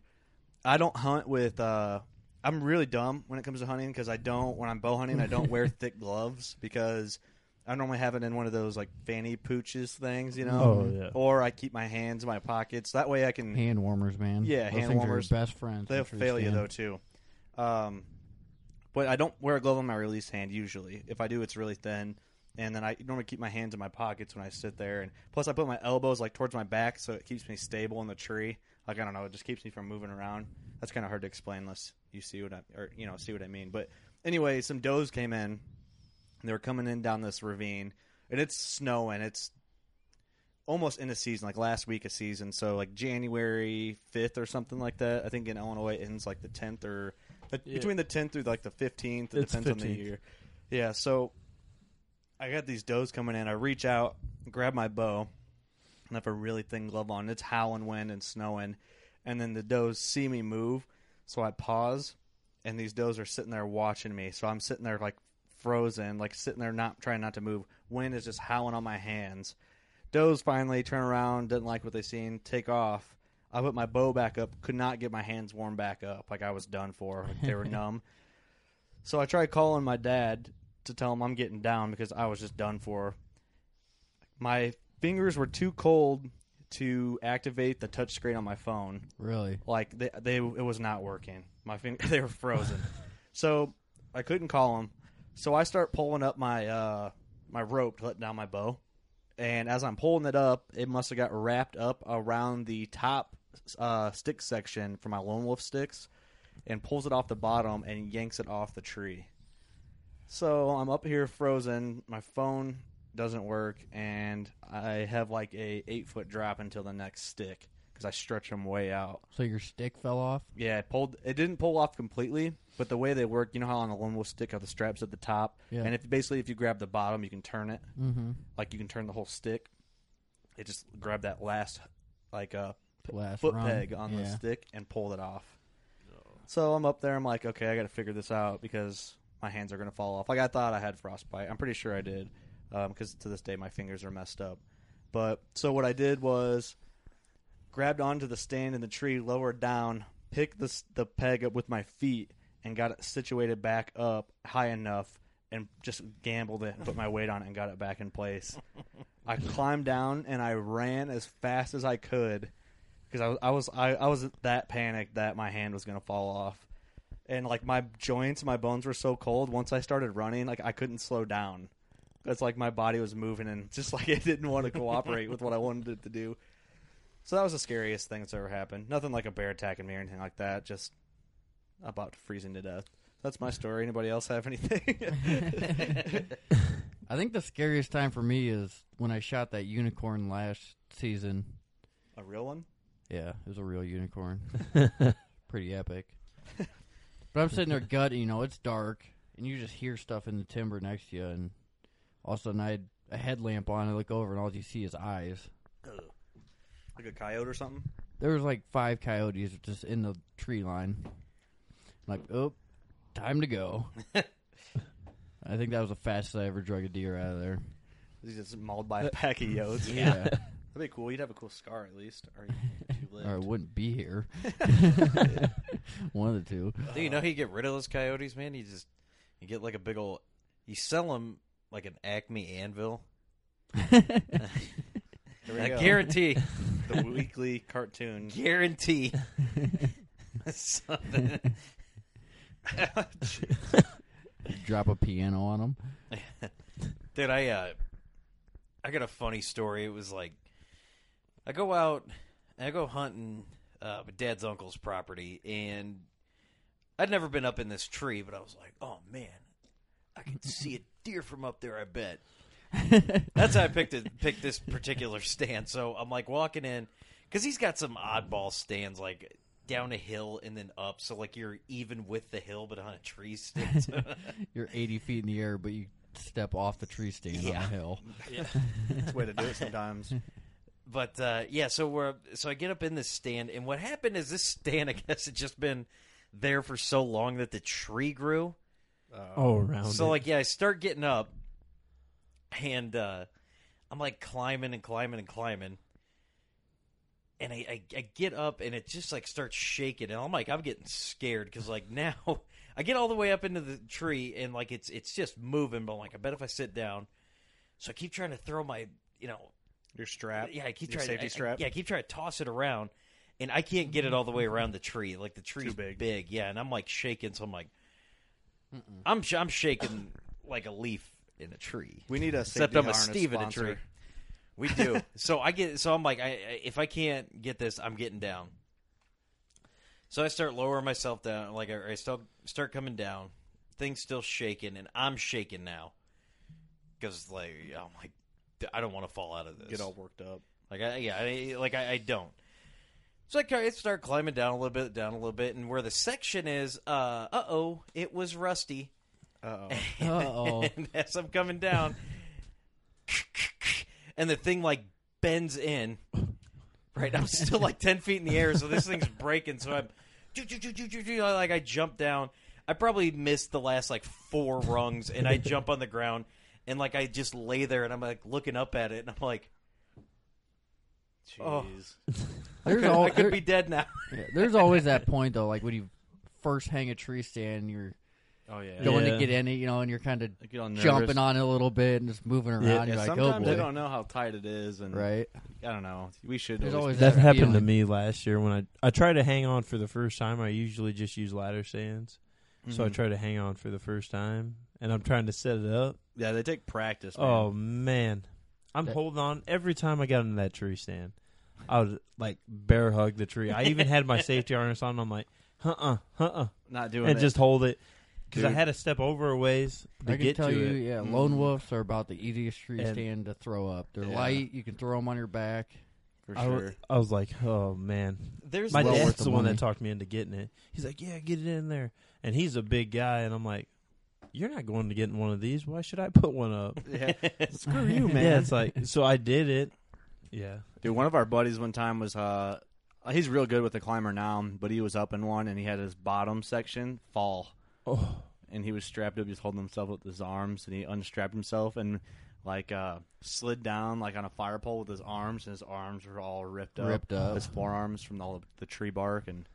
C: I don't hunt with. Uh, I'm really dumb when it comes to hunting because I don't when I'm bow hunting I don't wear thick gloves because I normally have it in one of those like fanny pooches things, you know,
E: Oh, yeah.
C: or I keep my hands in my pockets. That way I can.
D: Hand warmers, man.
C: Yeah,
D: Those
C: hand
D: things are your
C: warmers.
D: best friends.
C: they'll
D: I'm sure
C: fail you
D: stand.
C: though too. Um, but I don't wear a glove on my release hand usually. If I do, it's really thin, and then I normally keep my hands in my pockets when I sit there. And plus, I put my elbows like towards my back so it keeps me stable in the tree. Like I don't know, it just keeps me from moving around. That's kind of hard to explain unless you see what I or you know see what I mean. But anyway, some does came in. And they were coming in down this ravine, and it's snowing. It's almost in the season, like last week of season. So like January fifth or something like that. I think in Illinois it ends like the tenth or but
E: Yeah.
C: between the tenth through like the fifteenth. It
E: It's
C: depends on the
E: 15th.
C: year. Yeah. So I got these does coming in. I reach out, grab my bow, and I have a really thin glove on. It's howling wind and snowing, and then the does see me move, so I pause, and these does are sitting there watching me. So I'm sitting there like frozen, like sitting there not trying not to move. Wind is just howling on my hands. Does finally turn around, didn't like what they seen, take off. I put my bow back up, could not get my hands warm back up, like I was done for. Like they were numb. So I tried calling my dad to tell him I'm getting down because I was just done for. My fingers were too cold to activate the touch screen on my phone.
D: Really?
C: Like they, they it was not working. My finger, they were frozen. so I couldn't call him. So I start pulling up my uh my rope to let down my bow. And as I'm pulling it up, it must have got wrapped up around the top uh, stick section for my lone wolf sticks and pulls it off the bottom and yanks it off the tree. So I'm up here frozen. My phone doesn't work, and I have like a eight foot drop until the next stick because I stretch them way out.
D: So your stick fell off?
C: Yeah, it pulled. It didn't pull off completely, but the way they work, you know how on the lone wolf stick are the straps at the top,
D: Yeah.
C: and if basically if you grab the bottom, you can turn it
D: Mm-hmm.
C: like you can turn the whole stick. It just grabbed that last like uh,
D: Last
C: foot
D: run.
C: peg on the
D: Yeah.
C: stick and pulled it off. So I'm up there. I'm like, okay, I got to figure this out because my hands are going to fall off. Like I thought I had frostbite. I'm pretty sure I did because to this day my fingers are messed up. But so what I did was grabbed onto the stand in the tree, lowered down, picked the s- the peg up with my feet, and got it situated back up high enough, and just gambled it, put my weight on it, and got it back in place. I climbed down and I ran as fast as I could because I, was- I was I, I was that panicked that my hand was gonna fall off, and like my joints, my bones were so cold. Once I started running, like I couldn't slow down. It's like my body was moving and just like it didn't want to cooperate with what I wanted it to do. So that was the scariest thing that's ever happened. Nothing like a bear attacking me or anything like that. Just about freezing to death. That's my story. Anybody else have anything?
D: I think the scariest time for me is when I shot that unicorn last season.
C: a real one?
D: Yeah, it was a real unicorn. Pretty epic. But I'm sitting there gutting, you know, it's dark, and you just hear stuff in the timber next to you, and all of a sudden I had a headlamp on, I look over, and all you see is eyes.
C: Like a coyote or something?
D: There was like five coyotes just in the tree line. I'm like, oh, time to go. I think that was the fastest I ever drug a deer out of there.
C: He's just mauled by a pack of yotes.
D: Yeah.
C: That'd be cool. You'd have a cool scar at least. Or you, if you lived.
D: or I wouldn't be here. One of the two.
B: Do you know how you get rid of those coyotes, man? You just you get like a big old. You sell them like an Acme anvil.
C: There we
B: I
C: go.
B: guarantee,
C: the weekly cartoon.
B: guarantee. Something.
D: Drop a piano on them.
B: Dude, I uh, I got a funny story. It was like I go out, I go hunting uh, my dad's uncle's property, and I'd never been up in this tree, but I was like, oh man, I can see a deer from up there. I bet. That's how I picked it, picked this particular stand. So I'm like walking in because he's got some oddball stands like down a hill and then up. So like you're even with the hill, but on a tree stand. So-
D: You're 80 feet in the air, but you step off the tree stand on
B: Yeah.
D: a hill.
C: That's the way to do it sometimes.
B: but uh, yeah, so we're so I get up in this stand, and what happened is this stand, I guess, had just been there for so long that the tree grew.
E: Oh, around.
B: So like, yeah, I start getting up, and uh, I'm like climbing and climbing and climbing, and I, I, I get up and it just like starts shaking and I'm like I'm getting scared because like now I get all the way up into the tree and like it's it's just moving but I'm like I bet if I sit down so I keep trying to throw my you know
C: Your strap.
B: yeah I keep
C: your
B: trying
C: safety
B: I- I-
C: strap.
B: yeah I keep trying to toss it around and I can't get it all the way around the tree like the tree's
C: big.
B: big yeah and I'm like shaking so I'm like I'm sh- I'm shaking like a leaf in a tree
C: We need a
B: except
C: safety
B: I'm a
C: harness
B: Steve in a
C: sponsor.
B: tree. We do. so I get. So I'm like, I, I if I can't get this, I'm getting down. So I start lowering myself down. Like I, I still start coming down. Things still shaking, and I'm shaking now because like I'm like I don't want to fall out of this.
C: Get all worked up.
B: Like I yeah, I, like I, I don't. So I kind of start climbing down a little bit, down a little bit, and where the section is, uh oh, it was rusty.
C: Uh
D: Uh-oh.
B: and as I'm coming down, and the thing like bends in. Right, I'm still like ten feet in the air, so this thing's breaking. So I'm, like I jump down. I probably missed the last like four rungs, and I jump on the ground, and like I just lay there, and I'm like looking up at it, and I'm like,
C: oh.
D: There's al-
B: I could
D: there-
B: be dead now.
D: yeah, there's always that point though, like when you first hang a tree stand, you're
C: Oh yeah.
D: going
E: Yeah.
D: to get in it, you know, and you're kind of
C: I get all nervous.
D: jumping on it a little bit and just moving around.
E: Yeah,
D: you're like, oh
C: Sometimes
D: boy,
C: I don't know how tight it is, and
D: right?
C: I don't know. We should.
D: There's
C: always
D: always
E: That
D: that
E: happened to
D: feeling.
E: me last year when I I try to hang on for the first time. I usually just use ladder stands,
C: Mhm.
E: so I
C: Mm-hmm.
E: try to hang on for the first time, and I'm trying to set it up.
C: Yeah, they take practice. Man.
E: Oh man, I'm
D: That-
E: holding on every time I got into that tree stand. I would like bear hug the tree. I even had my safety harness on. I'm like, uh uh, uh uh,
C: not doing
E: and
C: it.
E: just hold it because I
C: Dude.
E: had to step over a ways to
D: I can
E: get
D: tell
E: to
D: you,
E: it.
D: yeah,
C: Mm.
D: lone wolves are about the easiest tree
E: And-
D: stand to throw up. They're
C: Yeah.
D: light; you can throw them on your back.
C: for
E: I,
C: sure.
E: w- I was like, oh man.
B: There's
E: My
D: well
B: this-
D: worth
E: dad's
D: the
E: the one
D: money.
E: that talked me into getting it. He's like, yeah, get it in there. And he's a big guy, and I'm like, you're not going to get in one of these. Why should I put one up?
C: yeah.
E: Screw you, man. Yeah, it's like, so I did it. Yeah.
C: Dude, one of our buddies one time was uh he's real good with the climber now, but he was up in one and he had his bottom section fall.
E: Oh,
C: And he was strapped up, he was holding himself with his arms and he unstrapped himself and like uh slid down like on a fire pole with his arms and his arms were all ripped up.
D: Ripped up.
C: His forearms from all the, the tree bark and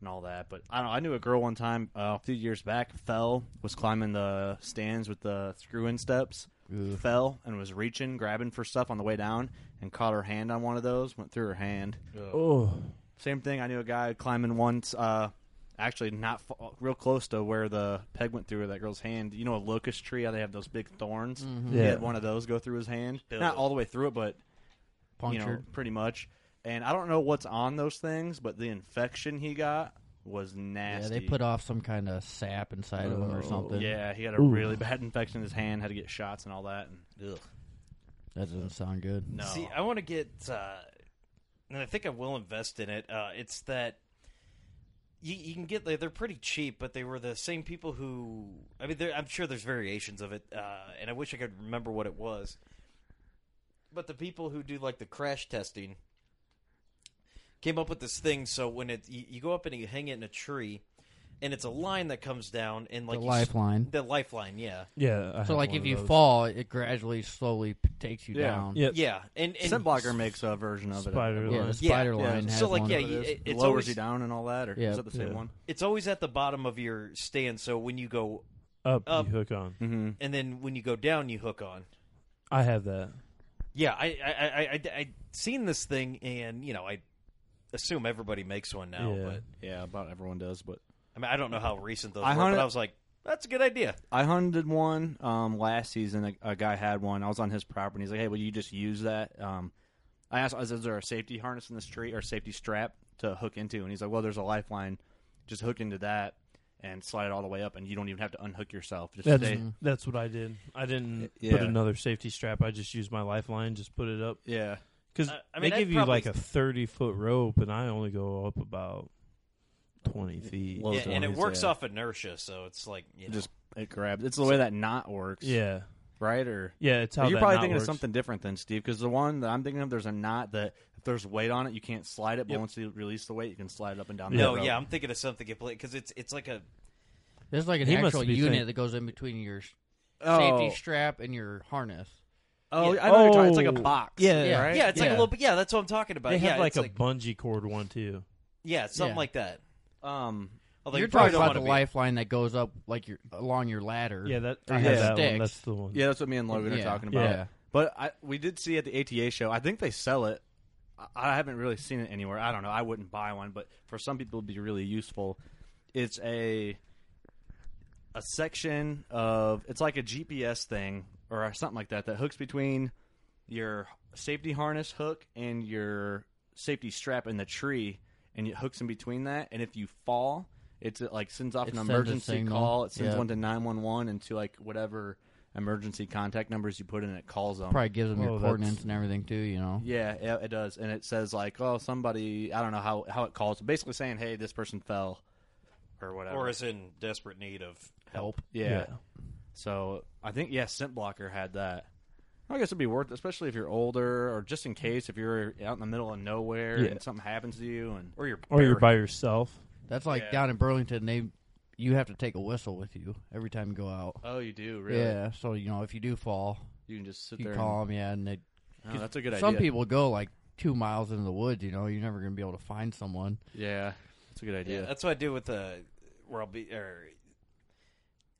C: and all that. But I don't know, I knew a girl one time uh, a few years back fell, was climbing the stands with the screw in steps fell and was reaching, grabbing for stuff on the way down, and caught her hand on one of those. Went through her hand.
E: oh,
C: Same thing. I knew a guy climbing once. Uh, actually, not fa- real close to where the peg went through that girl's hand. You know, a locust tree. How they have those big thorns.
D: Mm-hmm.
C: He
E: Yeah.
C: had one of those go through his hand. Not all the way through it, but
D: Punctured.
C: you know, pretty much. And I don't know what's on those things, but the infection he got was
D: yeah,
C: nasty.
D: they put off some kind of sap inside of them or something.
C: Yeah, he had a really bad infection in his hand. Had to get shots and all that. And, ugh,
D: that doesn't sound good.
C: no.
B: See, I want to get, uh, and I think I will invest in it. Uh, it's that you, you can get they're pretty cheap, but they were the same people who. I mean, there- I'm sure there's variations of it, uh, and I wish I could remember what it was. But the people who do like the crash testing came up with this thing. So when it you, you go up and you hang it in a tree, and it's a line that comes down, and like
D: the
B: you s-
D: lifeline.
B: the lifeline, yeah,
E: yeah. I
D: So,
E: had
D: like,
E: one
D: if
E: of
D: you
E: those.
D: fall, it gradually, slowly p- takes you
C: Yeah.
D: down.
E: yeah,
B: yeah, and, and
C: Sunblocker makes a version of it.
E: spider
D: Yeah, the
E: line.
B: Yeah.
D: spider
C: Yeah.
D: line. Has
B: So, like,
D: one.
B: yeah,
C: It,
B: you-
C: is.
B: it-
C: It
B: it's
C: lowers
B: always-
C: you down and all that, or
D: Yeah.
C: is that the same
E: Yeah.
C: one?
B: it's always at the bottom of your stand. So when you go
E: Up,
B: Up.
E: you hook on.
C: Mm-hmm.
B: and then when you go down, you hook on.
E: I have that.
B: Yeah, I I I, I, I seen this thing, and you know, I assume everybody makes one now.
E: Yeah.
B: But
C: Yeah, about everyone does. But
B: I mean, I don't know how recent those
C: I
B: were,
C: hunted-
B: but I was like, that's a good idea.
C: I hunted one um, last season. A, a guy had one. I was on his property. He's like, "Hey, will you just use that?" Um, I asked, I said, "Is there a safety harness in this tree or a safety strap to hook into?" And he's like, "Well, there's a lifeline. Just hook into that and slide it all the way up, and you don't even have to unhook yourself. Just
E: That's
C: stay."
E: that's what I did. I didn't
C: Yeah.
E: put another safety strap. I just used my lifeline. Just put it up
C: Yeah,
E: because
B: I- I mean,
E: they
B: I'd
E: give you
B: probably-
E: like a thirty foot rope, and I only go up about twenty feet.
C: Low
B: Yeah, and it
C: 20s,
B: works
C: yeah.
B: off inertia, so it's like you know,
C: just it grabs. It's the way that knot works.
E: Yeah,
C: right. Or
E: yeah. It's how
C: you're
E: that
C: probably
E: knot
C: thinking
E: works.
C: of something different than Steve, because the one that I'm thinking of, there's a knot that if there's weight on it, you can't slide it. But
E: Yep.
C: once you release the weight, you can slide it up and down.
B: no,
C: the rope.
B: yeah, I'm thinking of something completely because it's it's like a
D: There's like an
E: He must
D: actual
E: be
D: unit
E: think-
D: that goes in between your s-
C: Oh,
D: safety strap and your harness.
C: Oh,
B: Yeah.
C: I know what you're talking. It's like a
E: Oh.
C: box.
E: Yeah.
D: Yeah.
C: right.
B: Yeah, it's like a
D: Yeah.
B: little bit. Yeah, that's what I'm talking about.
E: They
B: yeah,
E: have like
B: it's
E: a bungee cord one too.
B: yeah, something
D: Yeah.
B: like that.
C: Um,
B: Although
D: You're
B: you probably
D: talking
B: don't
D: about
B: want
D: the
B: to be.
D: lifeline that goes up like your along your ladder.
E: Yeah, that
D: I
E: I
D: have
E: have that
D: sticks.
E: one. That's the one.
C: yeah, that's what me and Logan are
D: Yeah.
C: talking about.
E: Yeah.
C: But I, we did see at the ATA show. I think they sell it. I, I haven't really seen it anywhere. I don't know. I wouldn't buy one, but for some people, it'd be really useful. It's a a section of it's like a GPS thing or something like that that hooks between your safety harness hook and your safety strap in the tree, and it hooks in between that. And if you fall, it's it like sends off
D: It
C: an
D: sends a
C: emergency
D: signal.
C: call. It sends
D: Yeah.
C: one to nine one one and to like whatever emergency contact numbers you put in. It calls them.
D: Probably gives them
E: Oh,
D: your
E: that's-
D: coordinates and everything too. You know.
C: Yeah, yeah, it does, and it says like, "Oh, somebody," I don't know how how it calls, basically saying, "Hey, this person fell," or whatever.
B: Or is in desperate need of help.
C: yeah.
E: Yeah.
C: So I think yeah, Scent Blocker had that. I guess it'd be worth, it, especially if you're older, or just in case if you're out in the middle of nowhere
E: Yeah.
C: and something happens to you. And
B: Or you're
E: Or you're
B: bare-
E: by yourself.
D: That's like
C: Yeah.
D: down in Burlington. They you have to take a whistle with you every time you go out.
C: oh, you do really?
D: Yeah. So you know if you do fall,
C: You can just sit
D: you
C: there.
D: call them. Yeah, and they,
C: and, oh, that's a good
D: some
C: idea.
D: people go like two miles into the woods. You know, you're never gonna be able to find someone.
C: Yeah, that's a good
B: Yeah,
C: idea.
B: that's what I do with the where I'll be or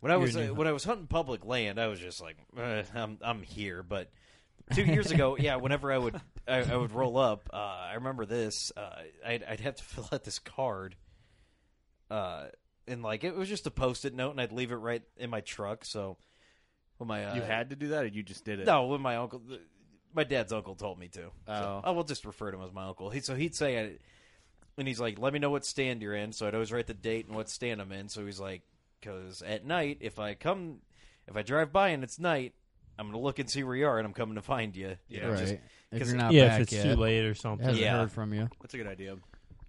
B: when I was uh, when I was hunting public land, I was just like, eh, I'm I'm here. But two years ago, yeah, whenever I would I, I would roll up, uh, I remember this. Uh, I'd I'd have to fill out this card, uh, and like it was just a post-it note, and I'd leave it right in my truck. So when my uh,
C: you had to do that, or you just did it?
B: no, when my uncle, my dad's uncle told me to.
C: Oh.
B: So I will just refer to him as my uncle. He, so he'd say, I, and he's like, "Let me know what stand you're in." So I'd always write the date and what stand I'm in. So he's like, "Cause at night, if I come, if I drive by and it's night, I'm gonna look and see where you are, and I'm coming to find you." You know,
D: right.
B: just-
D: if
B: 'cause-
D: you're not
E: yeah,
D: back
E: if it's
D: yet,
E: too late or
D: it
E: something.
D: hasn't
B: Yeah.
D: heard from you.
C: that's a good idea.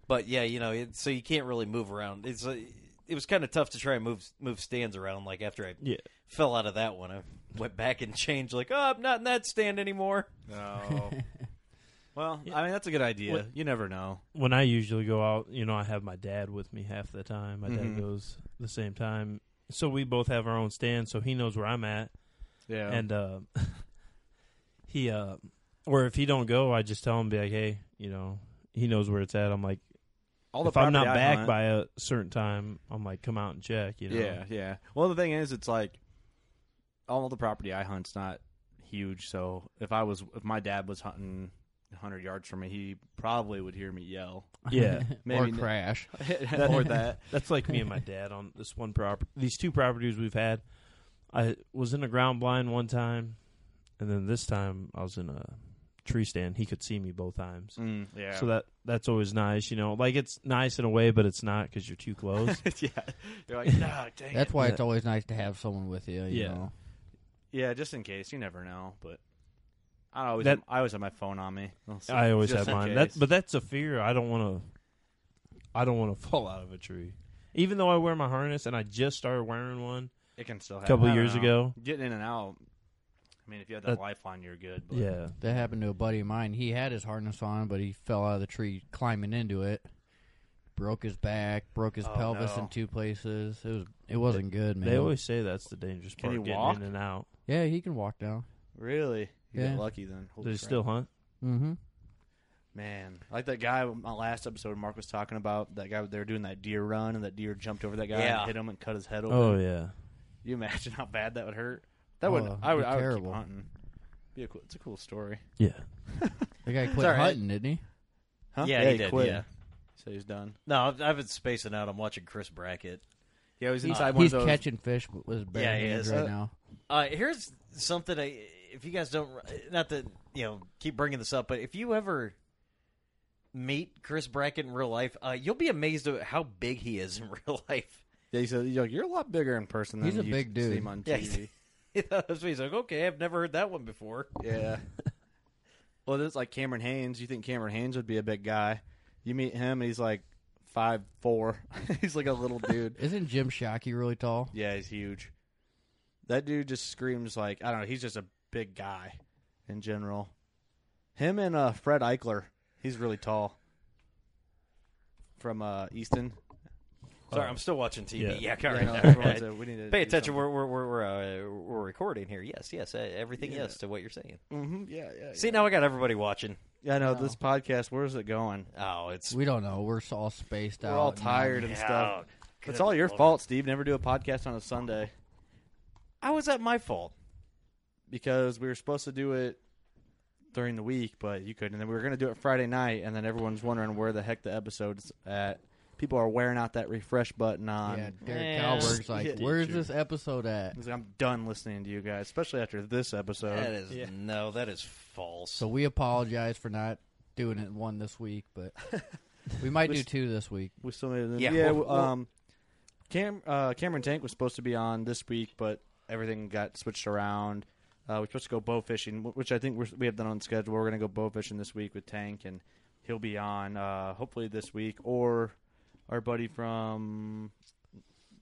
B: but yeah, you know, it, so you can't really move around. It's uh it was kind of tough to try and move move stands around. Like after I
E: Yeah.
B: fell out of that one, I went back and changed. Like, oh, I'm not in that stand anymore.
C: No. well, I mean that's a good idea.
E: What-
C: You never know.
E: When I usually go out, you know, I have my dad with me half the time. My
C: Mhm.
E: dad goes the same time. So we both have our own stand, so he knows where I'm at.
C: Yeah.
E: and uh, he uh, or if he don't go, I just tell him be like, hey, you know, he knows where it's at. I'm like,
C: all
E: if I'm
C: property
E: not
C: I
E: back
C: hunt-
E: by a certain time, I'm like, come out and check. You know,
C: Yeah, yeah. Well, the thing is, it's like all the property I hunt's not huge. So if I was, if my dad was hunting 100 yards from me, he probably would hear me yell
E: yeah.
D: or
C: Maybe-
D: crash.
C: or that.
E: That's like me and my dad on this one property. These two properties we've had. I was in a ground blind one time, and then this time I was in a tree stand. He could see me both times.
C: Mm, yeah.
E: So that that's always nice, you know. Like it's nice in a way, but it's not because you're too close.
C: yeah. You're like, nah, dang it.
D: That's why it's always nice to have someone with you. you
E: Yeah.
D: know.
C: Yeah, just in case. You never know, but. I always,
E: That-
C: I always have my phone on me.
E: I always have
C: in
E: mine.
C: case.
E: That, but that's a fear. I don't want to. I don't want to fall out of a tree. Even though I wear my harness and I just started wearing one.
C: it can still happen.
E: couple
C: I don't
E: years
C: know.
E: ago.
C: Getting in and out. I mean, if you have that
E: That-
C: lifeline, you're good. But
E: Yeah.
D: That happened to a buddy of mine. He had his harness on, but he fell out of the tree climbing into it. Broke his back, broke his
B: Oh,
D: pelvis
B: no.
D: in two places. It was it wasn't good, man.
E: They always say that's the dangerous
C: Can
E: part.
C: you
E: getting
C: walk?
E: in and out.
D: yeah, he can walk now.
C: really, you
D: Yeah.
C: get lucky then. Holy
E: They
C: crap.
E: still hunt.
D: Mm-hmm.
C: Man, like that guy with my last episode, Mark was talking about that guy. They were doing that deer run, and that deer jumped over that guy
B: Yeah.
C: and hit him and cut his head open.
E: Oh yeah.
C: You imagine how bad that would hurt? That
D: Oh,
C: would.
D: it'd
C: I would.
D: be
C: I would
D: terrible.
C: keep hunting. Be a cool, it's a cool story.
E: Yeah.
D: The guy quit
C: Sorry, I-
D: hunting, didn't he?
C: Huh?
B: Yeah, he did,
C: quit.
B: yeah.
C: So he's done.
B: No, I've, I've been spacing out. I'm watching Chris Brackett.
C: Yeah, he was
D: He's,
C: inside one
D: he's
C: of those.
D: catching fish with his bare
B: Yeah, he
D: hands
B: is.
D: right
B: Uh,
D: now.
B: Uh, here's something I, if you guys don't, not that, you know, keep bringing this up, but if you ever meet Chris Brackett in real life, uh, you'll be amazed at how big he is in real life.
C: yeah, he said, "You're like, "You're a lot bigger in person than
D: He's a
C: you
D: big
C: see
D: dude.
C: him on
B: Yeah,
C: TV."
B: That's what he's like, okay, I've never heard that one before.
C: yeah. well, it's like Cameron Haynes. You think Cameron Haynes would be a big guy? You meet him, and he's like five four. he's like a little dude.
D: Isn't Jim Shockey really tall?
C: Yeah, he's huge. That dude just screams like I don't know. He's just a big guy in general. Him and uh, Fred Eichler, he's really tall. From uh, Easton,
B: Sorry, I'm still watching TV. Yeah,
E: Yeah.
B: all right,
C: no,
B: all
C: everyone's
B: right.
C: a- we need to
B: Pay
C: do
B: attention. We're we're we're we're, uh, we're recording here. Yes, yes. Uh, everything yes to what you're saying.
C: something. Mhm, yeah, yeah.
B: See,
C: yeah.
B: now I got everybody watching.
C: yeah, I know this podcast. Where's it going? Oh,
B: Oh, it's
D: We don't know. We're s- all spaced out.
C: We're all
D: and-
C: tired and
B: Yeah, Oh,
C: stuff.
B: good
C: It's all your
B: lord.
C: fault, Steve. Never do a podcast on a Sunday
B: How is that my fault?
C: because we were supposed to do it during the week, but you couldn't. And then we were going to do it Friday night, and then everyone's wondering where the heck the episode's at. People are wearing out that refresh button on.
D: Yeah, Derek
B: Yeah.
D: Calberg's like,
C: Yeah,
D: where's
C: true.
D: this episode at?
C: It's like, I'm done listening to you guys, especially after this episode.
B: That is no, that is false.
D: So we apologize for not doing it one this week, but we might do
C: Which-
D: two this week.
C: We still made it. in.
B: Yeah,
C: Yeah.
B: we'll-
C: um, Cam, uh, Cameron Tank was supposed to be on this week, but everything got switched around. Uh, we're supposed to go bow fishing, wh- which I think we're, we have done on schedule. We're going to go bow fishing this week with Tank, and he'll be on uh, hopefully this week or our buddy from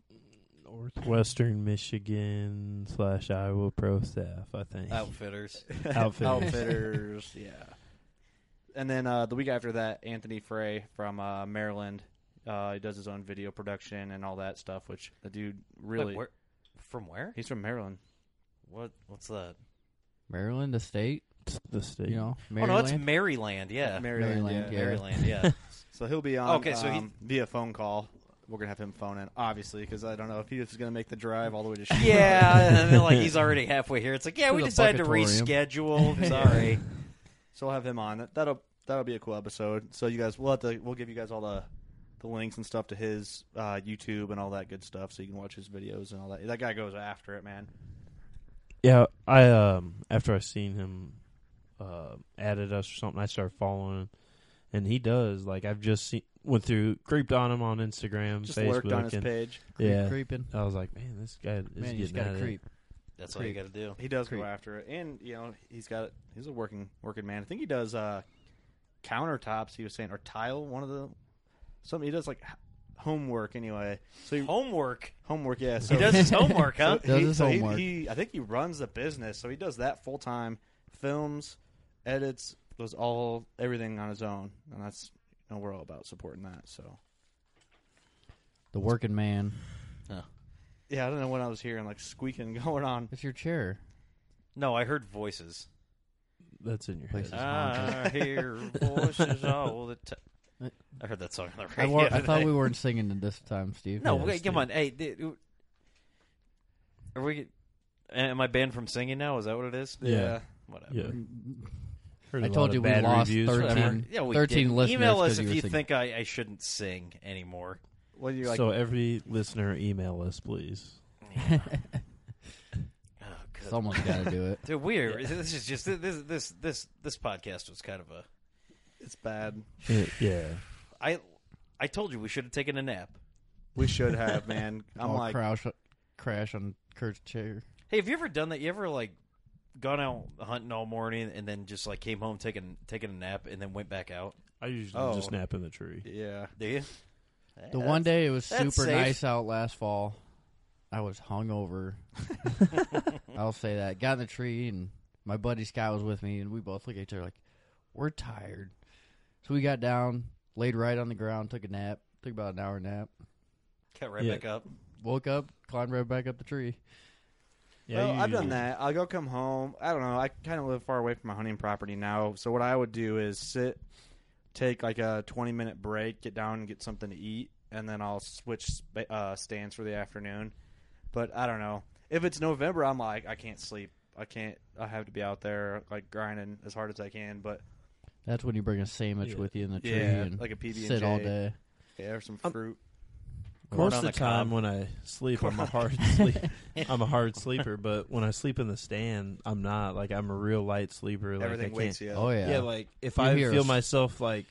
E: Northwestern Michigan slash Iowa pro staff. I think
B: Outfitters.
E: outfit.
C: Outfitters. yeah. And then uh, the week after that, Anthony Frey from uh, Maryland. Uh, he does his own video production and all that stuff, which the dude really.
B: Wait, where, from where?
C: He's from Maryland.
B: What? What's that?
D: Maryland, the state,
E: the state.
D: you know,
B: Oh no, it's
D: Maryland.
B: Maryland. Yeah,
C: Maryland.
D: Maryland, yeah.
B: Maryland. Yeah.
C: So he'll be on.
B: Okay, so he-
C: um, via phone call. We're gonna have him phone in, obviously, because I don't know if he's going to make the drive all the way to. Charlotte.
B: yeah, and then, like he's already halfway here. It's like, yeah,
D: To
B: we
D: the
B: decided to
D: buckatorium.
B: reschedule. Sorry.
C: So we'll have him on. That- That'll that'll be a cool episode. So you guys, we'll have to we'll give you guys all the the links and stuff to his uh, YouTube and all that good stuff, so you can watch his videos and all that. That guy goes after it, man.
E: Yeah, I um after I seen him uh, added us or something, I started following him, and he does like I've just seen went through creeped on him on Instagram,
C: Just
E: Facebook,
C: lurked on his
E: and
C: page.
D: Creep-
E: yeah.
D: creeping.
E: I was like, man, this guy
D: Man,
E: is
D: you
E: getting
D: just gotta
E: at it.
D: creep.
B: That's all you got to do.
C: He does
D: Creep.
C: go after it, and you know he's got he's a working working man. I think he does uh, countertops. He was saying or tile one of the something he does like h- homework anyway. So he,
B: Homework.
C: homework, yeah. So
B: He does his homework, huh?
C: so
D: Does
C: he,
D: his
C: so he-
D: homework.
C: he- I think he runs the business, so he does that full time. Films, edits, does all everything on his own, and that's you know, we're all about supporting that. So
D: The working man.
C: yeah, I don't know when I was hearing like squeaking going on.
D: It's your chair.
B: No, I heard voices.
E: That's in your
D: Places.
E: head.
B: I hear voices all the time.
D: Uh,
B: I heard that song on the
D: I,
B: radio.
D: wa- I thought
B: today.
D: we weren't singing it this time, Steve.
B: No,
D: Yeah.
B: wait, come on. Hey, dude, are we? Am I banned from singing now? Is that what it is?
E: Yeah.
B: Whatever.
E: Yeah. Heard
D: I
E: a
D: told
E: lot of
D: you we
E: bad
D: lost
E: reviews for
D: 13.
E: that.
B: Yeah, we
D: 13
B: did.
D: listeners
B: Email
D: 'cause
B: us
D: you
B: if
D: were
B: you
D: singing.
B: think I, I shouldn't sing anymore.
C: When you're like,
E: so every listener, email us, please.
B: Oh, good.
D: Someone's got to do it.
B: Dude, weird. This is just this this this this podcast was kind of a.
C: it's bad.
E: Yeah, yeah.
B: I I told you we should have taken a nap.
C: We should have, man. I'm
D: All
C: like,
D: crash, crash on Kurt's chair.
B: Hey, have you ever done that? You ever like gone out hunting all morning and then just like came home taking taking a nap and then went back out?
E: I usually
C: Oh.
E: just nap in the tree.
C: yeah.
B: Do you? Eh,
D: The one day it was super
B: that's safe.
D: nice out last fall. I was hungover. I'll say that. Got in the tree and my buddy Scott was with me and we both looked at each other like, We're tired. So we got down, laid right on the ground, took a nap, took about an hour nap,
B: got right
E: Yeah.
B: back up.
D: woke up, climbed right back up the tree.
E: Yeah,
C: well, I've
E: usually-
C: done that. I'll go come home. I don't know. I kind of live far away from my hunting property now. So what I would do is sit, take like a 20 minute break, get down and get something to eat, and then I'll switch sp- uh, stands for the afternoon. But I don't know. If it's November, I'm like, I can't sleep. I can't. I have to be out there like grinding as hard as I can. But
D: That's when you bring a sandwich
E: Yeah.
D: with you in the tree
C: Yeah,
D: and
C: like a PB&J.
D: sit all day. Um,
C: yeah, or some
E: I'm-
C: fruit.
B: Corn
E: Most
B: on
E: of the
B: the cob.
E: time when I sleep, I'm a hard sleep. I'm a hard sleeper, but when I sleep in the stand, I'm not. Like I'm a real light sleeper. Like, I
C: Everything
E: can't-
C: wakes you up.
D: Oh yeah.
E: Yeah. like if
D: You
E: I
D: hear
E: feel
D: us.
E: myself like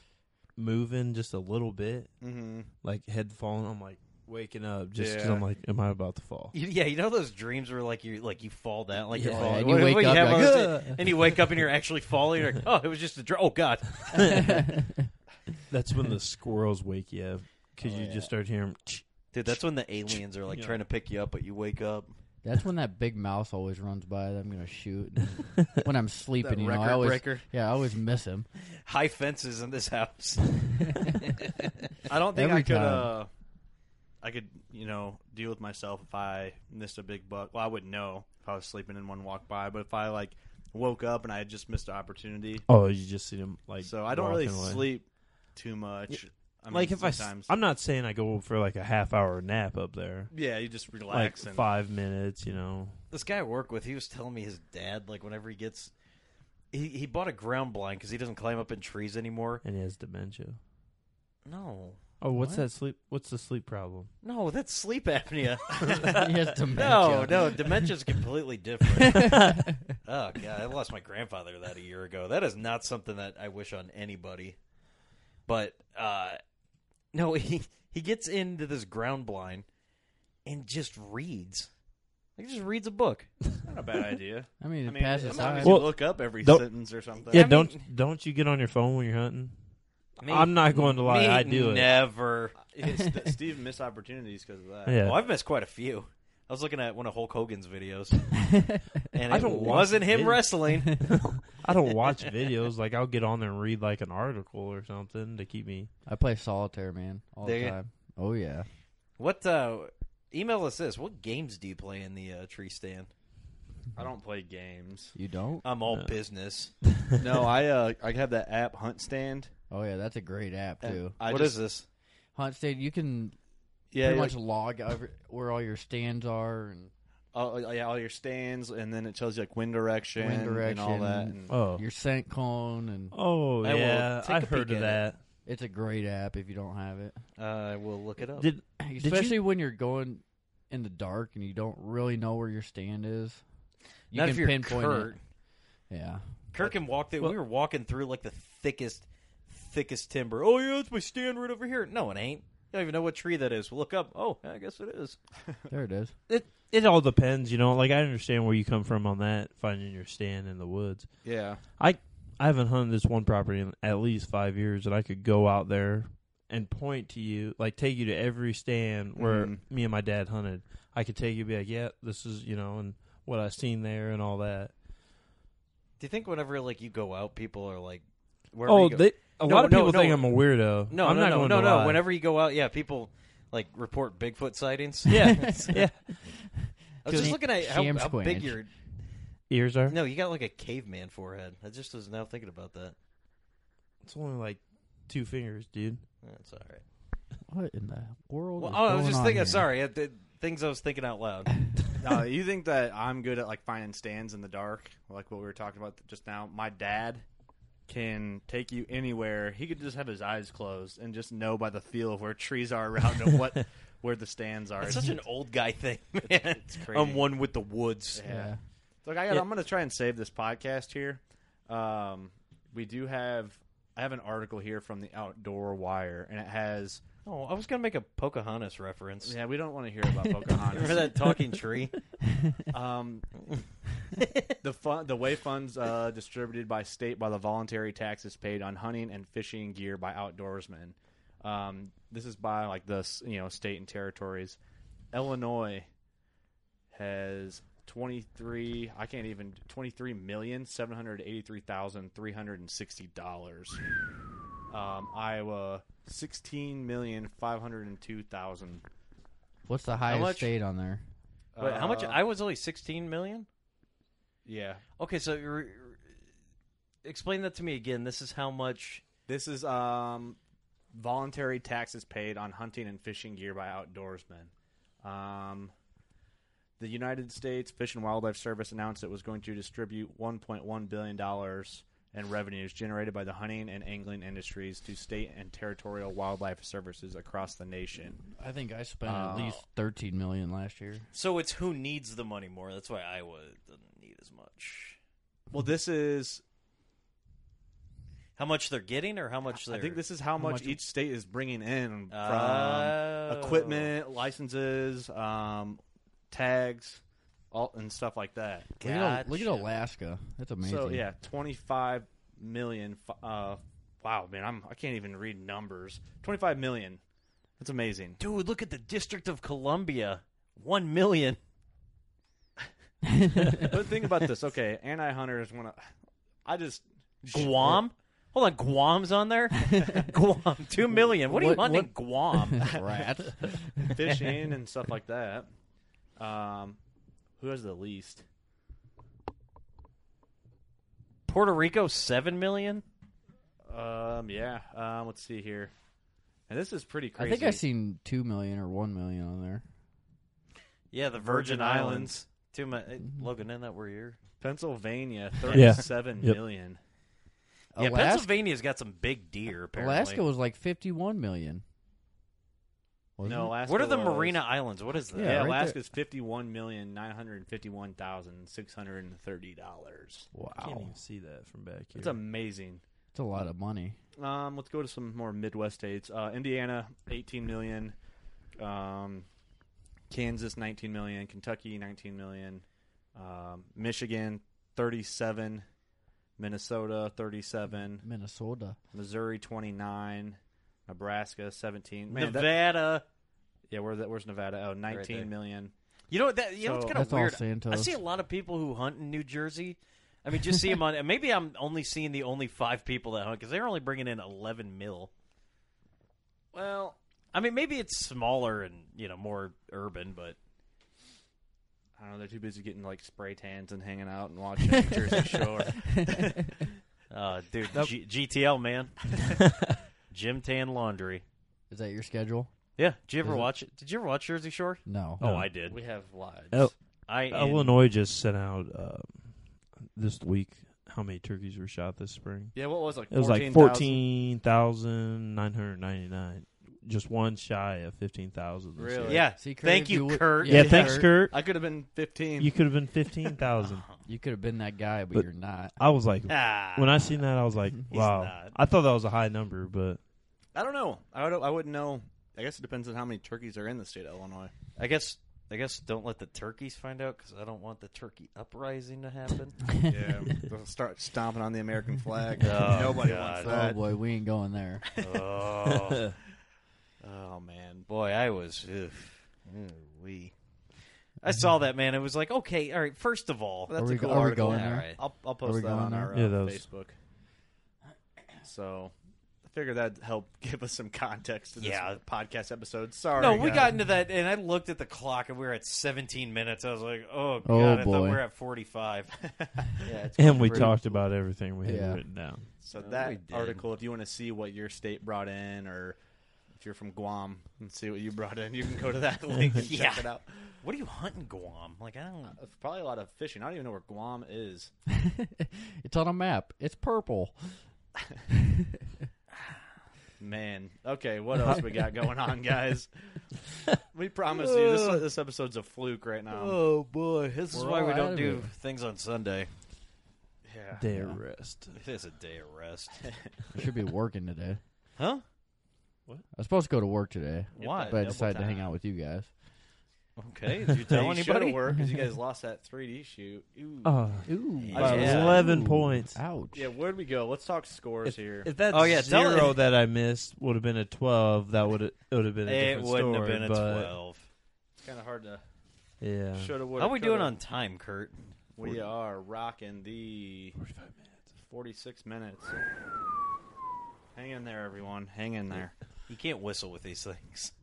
E: moving just a little bit,
C: Mm-hmm.
E: like head falling, I'm like waking up just because
C: Yeah.
E: I'm like, am I about to fall?
B: You- Yeah, you know those dreams where like you like you fall down, like you're
D: Yeah,
B: falling,
D: and you
B: What-
D: wake
B: what
D: up,
B: have
D: you're
B: on
D: like,
B: the- and you wake up and you're actually falling. You're like, oh, it was just a dream. Oh God,
E: That's when the squirrels wake you up because
C: Oh,
E: you just start hearing.
B: dude, that's when the aliens are like
E: Yeah.
B: trying to pick you up, but you wake up.
D: That's when that big mouse always runs by that I'm gonna shoot. when I'm sleeping, you know, I always yeah, I always miss him.
B: High fences in this house.
C: I don't think
D: Every
C: I could.
D: time.
C: Uh, I could, you know, deal with myself if I missed a big buck. Well, I wouldn't know if I was sleeping and one walked by, but if I like woke up and I had just missed an opportunity,
E: Oh, you just see them like.
C: so I don't really
E: walking away.
C: sleep too much. I mean,
E: like if I, s-
C: sometimes,
E: I'm not saying I go for like a half hour nap up there,
C: yeah, you just relax
E: like
C: and
E: five minutes, you know.
B: This guy I work with, he was telling me his dad, like, whenever he gets. He, he bought a ground blind because he doesn't climb up in trees anymore.
E: And he has dementia.
B: No.
E: Oh, what's
B: What?
E: that sleep? What's the sleep problem?
B: No, that's sleep apnea.
D: He has
B: No,
D: dementia.
B: no, dementia's completely different.
D: That's
B: Oh god, I lost my grandfather to that a year ago. That is not something that I wish on anybody. But uh no, he he gets into this ground blind and just reads. He just reads a book.
C: not a bad idea.
D: I mean,
C: I
D: it
C: mean,
D: passes
C: as long
D: time.
C: as
E: Well,
C: you look up every
E: don't-
C: sentence or something.
E: yeah,
B: mean-
E: don't don't you get on your phone when you're hunting?
B: Me-
E: I'm not going to lie,
B: me
E: I do it.
B: never.
C: It's- that Steve missed opportunities because of that.
E: Yeah,
B: Well, I've missed quite a few. I was looking at one of Hulk Hogan's videos, and
E: I
B: it
E: don't watch
B: wasn't him
E: videos.
B: wrestling.
E: I don't watch videos. Like I'll get on there and read like an article or something to keep me.
D: I play solitaire, man, all
B: Do
D: the
B: you?
D: time. Oh yeah,
B: What? uh Email us this. What games do you play in the uh, tree stand?
C: I don't play games.
D: you don't?
B: I'm all
E: No.
B: business.
C: no, I uh, I have that app Hunt Stand.
D: Oh yeah, that's a great app
C: and
D: too.
C: I
B: What
C: just,
B: is this?
D: Hunt State, you can
C: Yeah,
D: pretty
C: yeah,
D: much log every, where all your stands are and
C: all, yeah, all your stands, and then it tells you like wind direction,
D: Wind
C: and all that.
D: direction.
C: and-
E: Oh,
D: your scent cone, and
E: oh
B: I will
E: yeah,
B: take a
E: I've heard
B: peek
E: of
B: at
E: that.
D: it's a great app if you don't have it.
C: uh,
B: I will look it up.
E: Did you-
D: Especially when you're going in the dark and you don't really know where your stand is. You
B: Not
D: can
B: if you're
D: pinpoint
B: Kurt.
D: it. Yeah.
B: Kirk can walk through. we were walking through like the thickest, thickest timber. Oh yeah, it's my stand right over here. No, it ain't. You don't even know what tree that is. Look up. Oh, I guess it is.
D: There it is.
E: it it all depends, you know. Like I understand where you come from on that finding your stand in the woods.
C: yeah,
E: I haven't hunted this one property in at least five years, and I could go out there and point to you, like take you to every stand where
C: Mhm.
B: Mm-hmm.
E: me and my dad hunted. I could take you, be like, yeah, this is you know, and what I seen there and all that.
B: Do you think whenever like you go out, people are like, wherever
E: Oh,
B: you go-
E: they, a
B: No,
E: lot of
B: no,
E: people think
B: no.
E: I'm a weirdo.
B: no,
E: I'm
B: no,
E: not
B: no,
E: going
B: no,
E: to
B: no.
E: lie.
B: Whenever you go out, yeah, people like report Bigfoot sightings.
E: yeah, yeah,
B: I was just
D: Sham-
B: looking at how,
D: sham
B: how big
D: squanch.
B: your
E: ears are.
B: no, you got like a caveman forehead. I just was now thinking about that.
E: It's only like two fingers, dude.
B: That's all right.
D: What in the world?
B: Well,
D: is
B: oh, I
D: going
B: was just
D: on
B: thinking.
D: here?
B: Sorry, I did things I was thinking out loud.
C: Now, Uh, you think that I'm good at like finding stands in the dark, like what we were talking about just now? My dad can take you anywhere. He could just have his eyes closed and just know by the feel of where trees are around and what where the stands are.
B: It's such an old guy thing.
C: it's crazy.
B: I'm one with the woods.
C: Yeah.
D: Yeah.
C: Look, I got,
E: Yeah.
C: I'm going to try and save this podcast here. Um, we do have. I have an article here from the Outdoor Wire, and it has.
B: Oh, I was gonna make a Pocahontas reference.
C: Yeah, we don't want to hear about Pocahontas.
B: Remember that talking tree?
C: Um, the fun, the way funds uh, distributed by state by the voluntary taxes paid on hunting and fishing gear by outdoorsmen. Um, this is by like the s- you know state and territories. Illinois has twenty three. I can't even twenty three million seven hundred eighty three thousand three hundred and sixty dollars. Um, Iowa sixteen million five hundred and two thousand.
D: What's the highest
B: much-
D: state on there?
B: Wait, how much?
C: Uh,
B: I was only sixteen million.
C: yeah.
B: Okay, so re- re- explain that to me again. This is how much.
C: This is um, voluntary taxes paid on hunting and fishing gear by outdoorsmen. Um, the United States Fish and Wildlife Service announced it was going to distribute 1.1 billion dollars in revenues generated by the hunting and angling industries to state and territorial wildlife services across the nation.
D: I think I spent
C: Uh,
D: at least thirteen million last year.
B: So it's who needs the money more. That's why Iowa doesn't need as much.
C: Well, this is
B: How much they're getting, or how much they're.
C: I think this is how, much,
D: much-
C: each state is bringing in from
B: Oh.
C: equipment, licenses, um, tags, all and stuff like that.
D: Look at, look at
B: Gotcha.
D: Alaska. That's amazing.
C: So yeah, twenty five million. f- Uh, wow, man, I'm I can't even read numbers. Twenty five million. That's amazing.
B: Dude, look at the District of Columbia. One million.
C: but think about this. Okay, anti hunters want to. I just
B: Guam. Hold on, Guam's on there. Guam, two million. What, do you
D: What-
B: want in Guam?
D: Rats.
C: fishing and stuff like that. Um, who has the least?
B: Puerto Rico, seven million.
C: Um, yeah. Um, let's see here. And this is pretty
D: I
C: crazy.
D: think I seen two million or one million on there.
B: Yeah, the Virgin, Islands. Two mi- eh, Logan, isn't that where you're?
C: Pennsylvania,
E: Yeah.
C: thirty-seven million.
E: Yep.
B: Yeah,
D: Alaska,
B: Pennsylvania's got some big deer. Apparently,
D: Alaska was like fifty-one million. Wasn't
C: No,
D: it?
C: Alaska
B: What are the
C: was-
B: Marina Islands? What is that?
D: Yeah,
C: Yeah,
D: right
C: Alaska's fifty-one million nine hundred fifty-one thousand six hundred and thirty dollars.
E: I can't
D: Wow,
E: even see that from back here.
C: It's amazing.
D: it's a lot of money.
C: Um, let's go to some more Midwest states. Uh, Indiana, eighteen million. Um, Kansas, nineteen million. Kentucky, nineteen million. Um, Michigan, thirty-seven. Minnesota, thirty-seven.
D: Minnesota.
C: Missouri, twenty-nine. Nebraska, seventeen. Man, that-
B: Nevada.
C: yeah, where that, where's Nevada? Oh,
B: there.
C: nineteen million.
B: You know that. You know it's
C: So-
B: kind of
D: That's all
B: weird. I
D: Santos.
B: see a lot of people who hunt in New Jersey. I mean, just see them on. and Maybe I'm only seeing the only five people that hunt because they're only bringing in eleven mil. Well, I mean, maybe it's smaller and you know more urban, but
C: I don't know. They're too busy getting like spray tans and hanging out and watching Jersey Shore.
B: uh, dude, G- GTL man, Jim Tan Laundry.
D: Is that your schedule?
B: Yeah, did you ever
D: Is it-
B: watch? Did you ever watch Jersey Shore?
D: No.
E: No.
B: Oh, I did.
C: We have lives.
E: El-
B: I
E: Uh, Illinois just sent out uh, this week how many turkeys were shot this spring.
C: Yeah, what was it, like
E: It was like
C: 14,000?
E: fourteen thousand nine hundred ninety nine, just one shy of fifteen thousand.
C: Really?
B: Yeah,
D: See, Kurt,
B: thank
D: if
B: you,
D: would-
B: Kurt.
E: Yeah,
D: if
E: thanks,
D: Kurt-
E: Kurt.
C: I could have been fifteen.
E: You could have been fifteen thousand.
D: You could have been that guy, but,
E: Oh. But-
D: you're not.
E: I was like,
B: Ah,
E: when I seen that, I was like, wow.
B: not.
E: I thought that was a high number, but
C: I don't know. I don't, I wouldn't know. I guess it depends on how many turkeys are in the state of Illinois.
B: I guess I guess don't let the turkeys find out because I don't want the turkey uprising to happen.
C: Yeah, they'll start stomping on the American flag.
B: Oh,
C: Nobody
B: God.
C: wants
D: Oh
C: that.
D: boy, we ain't going there.
B: oh,
C: Oh man,
B: boy, I was. we. I saw that man. It was like, okay, all right. First of all,
C: Well, that's
D: Are we
C: a
D: go-
C: cool
D: are we
C: article.
D: going
B: all
D: there?
B: right.
C: I'll I'll
D: Are
C: post
D: we
C: that
D: going
C: on
D: there?
C: our
E: Yeah,
C: uh,
E: those-
C: Facebook. So. I figured that'd help give us some context to this
B: Yeah.
C: podcast episode. Sorry,
B: No, we
C: guys.
B: got into that, and I looked at the clock, and we were at 17 minutes. I was like, oh god,
D: Oh,
B: I thought we
D: boy.
B: were at 45. yeah,
E: and we talked about everything we had
D: Yeah.
E: written down.
C: So
B: No, we
C: that
B: did.
C: article, if you want to see what your state brought in, or if you're from Guam and see what you brought in, you can go to that link and
B: Yeah.
C: check it out.
B: What are you hunting, Guam? Like, I don't.
C: It's probably a lot of fishing. I don't even know where Guam is.
D: it's on a map. It's purple.
C: Man, okay, what else we got going on, guys? we promise you this this episode's a fluke right now.
B: Oh boy, this is
D: We're
B: why
D: all
B: we
D: out
B: don't
D: of
B: do
D: it.
B: things on Sunday.
C: Yeah,
E: Day of rest.
B: It is a day of rest,
D: I should be working today.
B: huh?
D: I was supposed to go to work today,
B: Why?
D: but I decided to hang out with you guys.
B: Okay, did you
C: Hey,
B: tell
C: you should
B: anybody?
C: have worked because you guys lost that 3D shoot. Ooh.
E: Oh,
D: Ooh,
B: By Yeah.
E: 11 points.
D: Ouch.
C: Yeah, where'd we go? Let's talk scores
E: if,
C: here.
E: if that
B: Oh, yeah, tell-
E: zero that I missed would have been a twelve, that would it would have been a
B: It
E: different
B: wouldn't
E: story,
B: have been a
E: but,
B: twelve.
C: it's kind of hard to.
E: Yeah,
C: Shoulda, woulda,
B: How are we doing
C: coulda.
B: on time, Kurt?
C: We are rocking the 46 minutes. Hang in there, everyone. Hang in there.
B: You can't whistle with these things.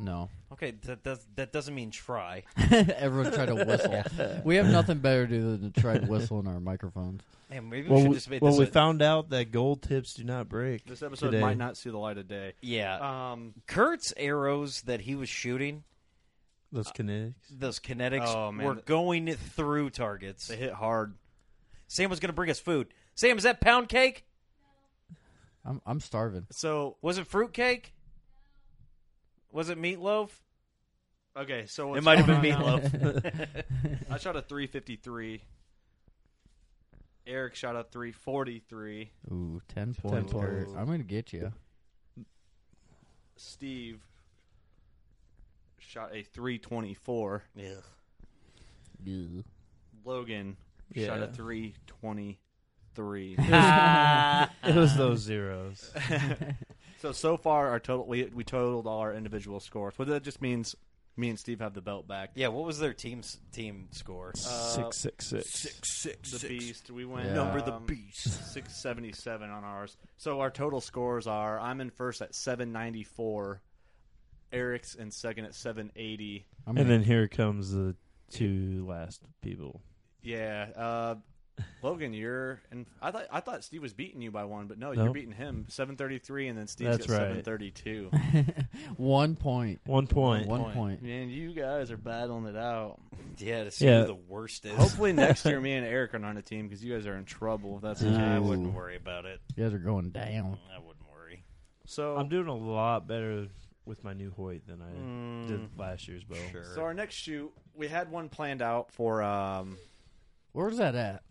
D: No.
B: Okay, that does that doesn't mean try.
D: Everyone tried to whistle. we have nothing better to do than to try to whistle in our microphones.
B: Man, maybe we
E: Well,
B: should
E: we,
B: just make
E: well,
B: this.
E: we
B: a-
E: found out that gold tips do not break.
C: This episode
E: today.
C: might not see the light of day.
B: yeah,
C: Um,
B: Kurt's arrows that he was shooting,
E: Those kinetics.
B: those kinetics,
C: Oh, man.
B: were going through targets.
C: they hit hard.
B: Sam was going to bring us food. Sam, is that pound cake?
D: I'm I'm starving.
C: So
B: Was it fruit cake? Was it meatloaf?
C: okay, so what's
B: it might have been
C: going on now-
B: meatloaf.
C: I shot a 353. Eric shot a 343.
D: Ooh, 10 points. Kurt.
E: points.
D: I'm going to get you.
C: Steve shot a 324.
B: Yeah.
C: Logan shot a
E: Yeah.
C: 323.
E: It was those zeros.
C: So so far, our total we we totaled all our individual scores. What that just means Me and Steve have the belt back.
B: Yeah, what was their team's team score?
E: six six six.
C: the Beast. We went
D: Yeah. Number
C: the Beast. Six seventy seven on ours. So our total scores are: I'm in first at seven ninety four. Eric's in second at seven eighty.
D: I'm
E: And
D: gonna-
E: then here comes the two last people.
C: Yeah, uh, Logan, you're and I thought I thought Steve was beating you by one, but no,
E: No.
C: you're beating him seven thirty three, and then Steve's
E: That's
C: got
E: right.
C: seven thirty two.
D: one point.
E: One point.
D: One point.
C: Man, you guys are battling it out.
B: yeah, to see
E: Yeah.
B: who the worst is.
C: Hopefully next year, me and Eric are on a team because you guys are in trouble. If that's the
D: Nah, I
C: case.
D: wouldn't.
B: Don't
E: Uh,
B: worry about it.
D: You guys are going down.
B: I wouldn't worry.
C: So
E: I'm doing a lot better with my new Hoyt than I did last year's bow.
B: Mm, Sure.
C: So our next shoot, we had one planned out for. Um,
D: Where's that at?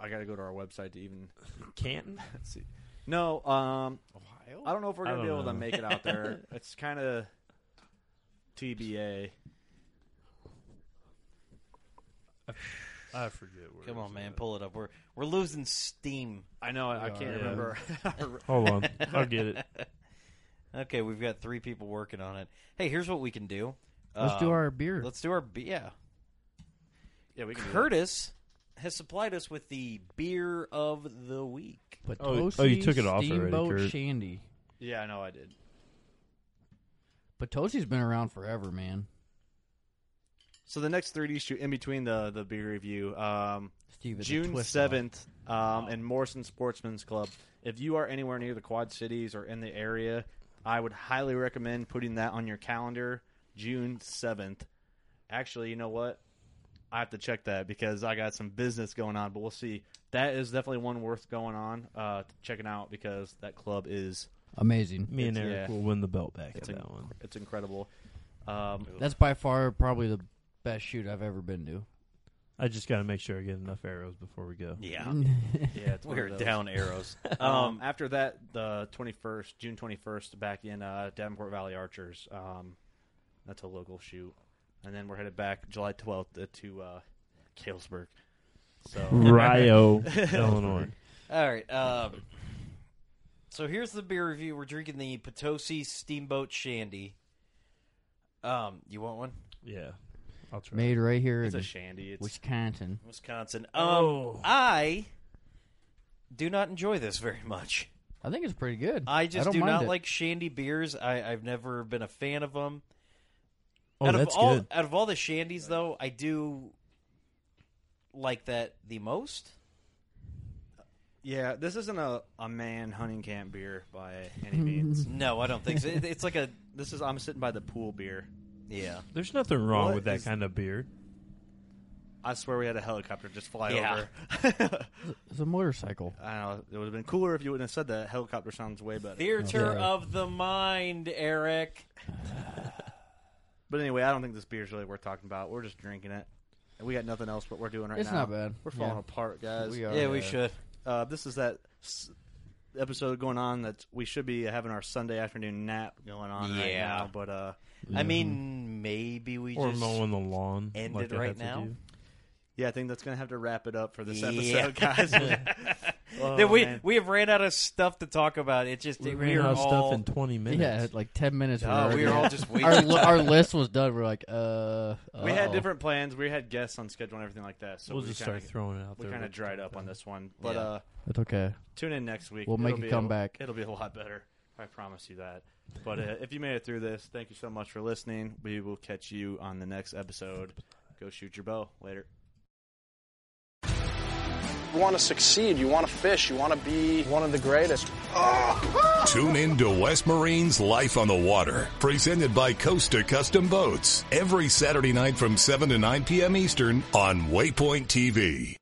C: I got to go to our website to even
E: Canton?
C: see. No, um,
D: Ohio.
C: I don't know if we're
E: I
C: gonna be
E: don't
C: able to
E: know.
C: make it out there. it's kind of TBA.
E: I forget where.
B: Come
E: it
B: on,
E: was
B: man,
E: at.
B: pull it up. We're we're losing steam.
C: I know I, I can't
E: Yeah.
C: remember.
E: Hold on. I'll get it.
B: Okay, we've got three people working on it. Hey, here's what we can do.
D: Let's do
B: Um,
D: our beer.
B: Let's do our be- yeah.
C: yeah, we can. do that.
B: Curtis has supplied us with the beer of the week.
D: Potosi
E: oh, you took it off already,
D: Steamboat
E: Kurt.
D: Shandy.
C: Yeah, I know I did.
D: Potosi's been around forever, man.
C: So the next 3D shoot in between the the beer review, um,
D: Steve, it's a
C: June
D: twist
C: seventh, um, in Morrison Sportsman's Club. If you are anywhere near the Quad Cities or in the area, I would highly recommend putting that on your calendar. June seventh. Actually, you know what? I have to check that because I got some business going on, but we'll see. That is definitely one worth going on, uh, checking out because that club is
D: off. Amazing.
E: Me and
C: It's-
E: Eric
C: yeah.
E: will win the belt back
C: it's
E: at
C: inc-
E: that one.
C: it's incredible. Um,
D: That's by far probably the best shoot I've ever been to.
E: I just got to make sure I get enough arrows before we go.
B: Yeah.
C: yeah, it's one of
B: We're
C: those.
B: down arrows.
C: Um, after that, the 21st, June 21st, back in uh, Davenport Valley Archers. Um, that's a local shoot. And then we're headed back July 12th to uh, Kalesburg. So,
E: Rio, Illinois.
B: All right. Um, so here's the beer review. We're drinking the Potosi Steamboat Shandy. Um, you want one?
E: Yeah. I'll try.
D: Made right here
C: it's a
D: in
C: shandy. It's,
D: Wisconsin.
B: Wisconsin. Um,
E: Oh.
B: I do not enjoy this very much.
D: I think it's pretty good.
B: I just
D: don't
B: do
D: mind
B: not
D: it.
B: like shandy beers. I, I've never been a fan of them.
E: Oh,
B: out of
E: that's
B: all
E: good.
B: out of all the shandies, though, I do like that the most.
C: yeah, this isn't a, a man hunting camp beer by any means.
B: No, I don't think so. It- it's like a
C: this is, I'm sitting by the pool beer.
B: yeah.
E: There's nothing wrong
C: What
E: with that
C: is-
E: kind of beer.
C: I swear we had a helicopter just fly
B: Yeah.
C: over.
D: It's a motorcycle.
C: I don't know. It would have been cooler if you wouldn't have said that. Helicopter sounds way better.
B: Theater
D: Okay.
B: of the mind, Eric.
C: But anyway, I don't think this beer's really worth talking about. We're just drinking it. And we got nothing else but we're doing right
D: It's
C: now.
D: not bad.
C: We're falling
D: Yeah.
C: apart, guys.
D: We are.
E: Oh,
B: yeah, we
D: uh,
B: should.
C: Uh, this is that s- episode going on that we should be having our Sunday afternoon nap going on right
B: Yeah.
C: now. But uh,
E: Mm-hmm.
B: I mean, maybe we
E: Or
B: just
E: mowing the lawn.
B: end
E: like
B: it
E: I
B: right
E: have to
B: now?
E: do.
C: yeah, I think that's going to have to wrap it up for this
B: Yeah.
C: episode, guys. Oh,
B: Then we
C: man.
B: we have ran out of stuff to talk about. It just
E: We
B: we,
E: ran
B: are
E: out of
B: all
E: stuff in 20 minutes.
D: Yeah, like ten minutes.
C: Oh,
D: were
B: we were
D: already-
B: all just
D: our,
B: waiting.
D: li- our list was done. We're like, uh,
C: we had
B: Oh.
D: uh-oh.
C: different plans. We had guests on schedule and everything like that. So
E: we'll
C: we
E: just
C: kinda,
E: start throwing it out
C: We
E: there.
C: kind of dried up on this one, but
B: Yeah.
C: uh,
D: It's okay.
C: tune in next week.
D: We'll make
C: It'll
D: a
C: be
D: comeback.
C: it'll be a lot better. I promise you that. But uh, if you made it through this, thank you so much for listening. We will catch you on the next episode. Go shoot your bow. Later.
F: You want to succeed, you want to fish, you want to be one of the greatest.
G: Tune in to West Marine's Life on the Water, presented by Costa Custom Boats, every Saturday night from 7 to 9 p.m. Eastern on Waypoint TV.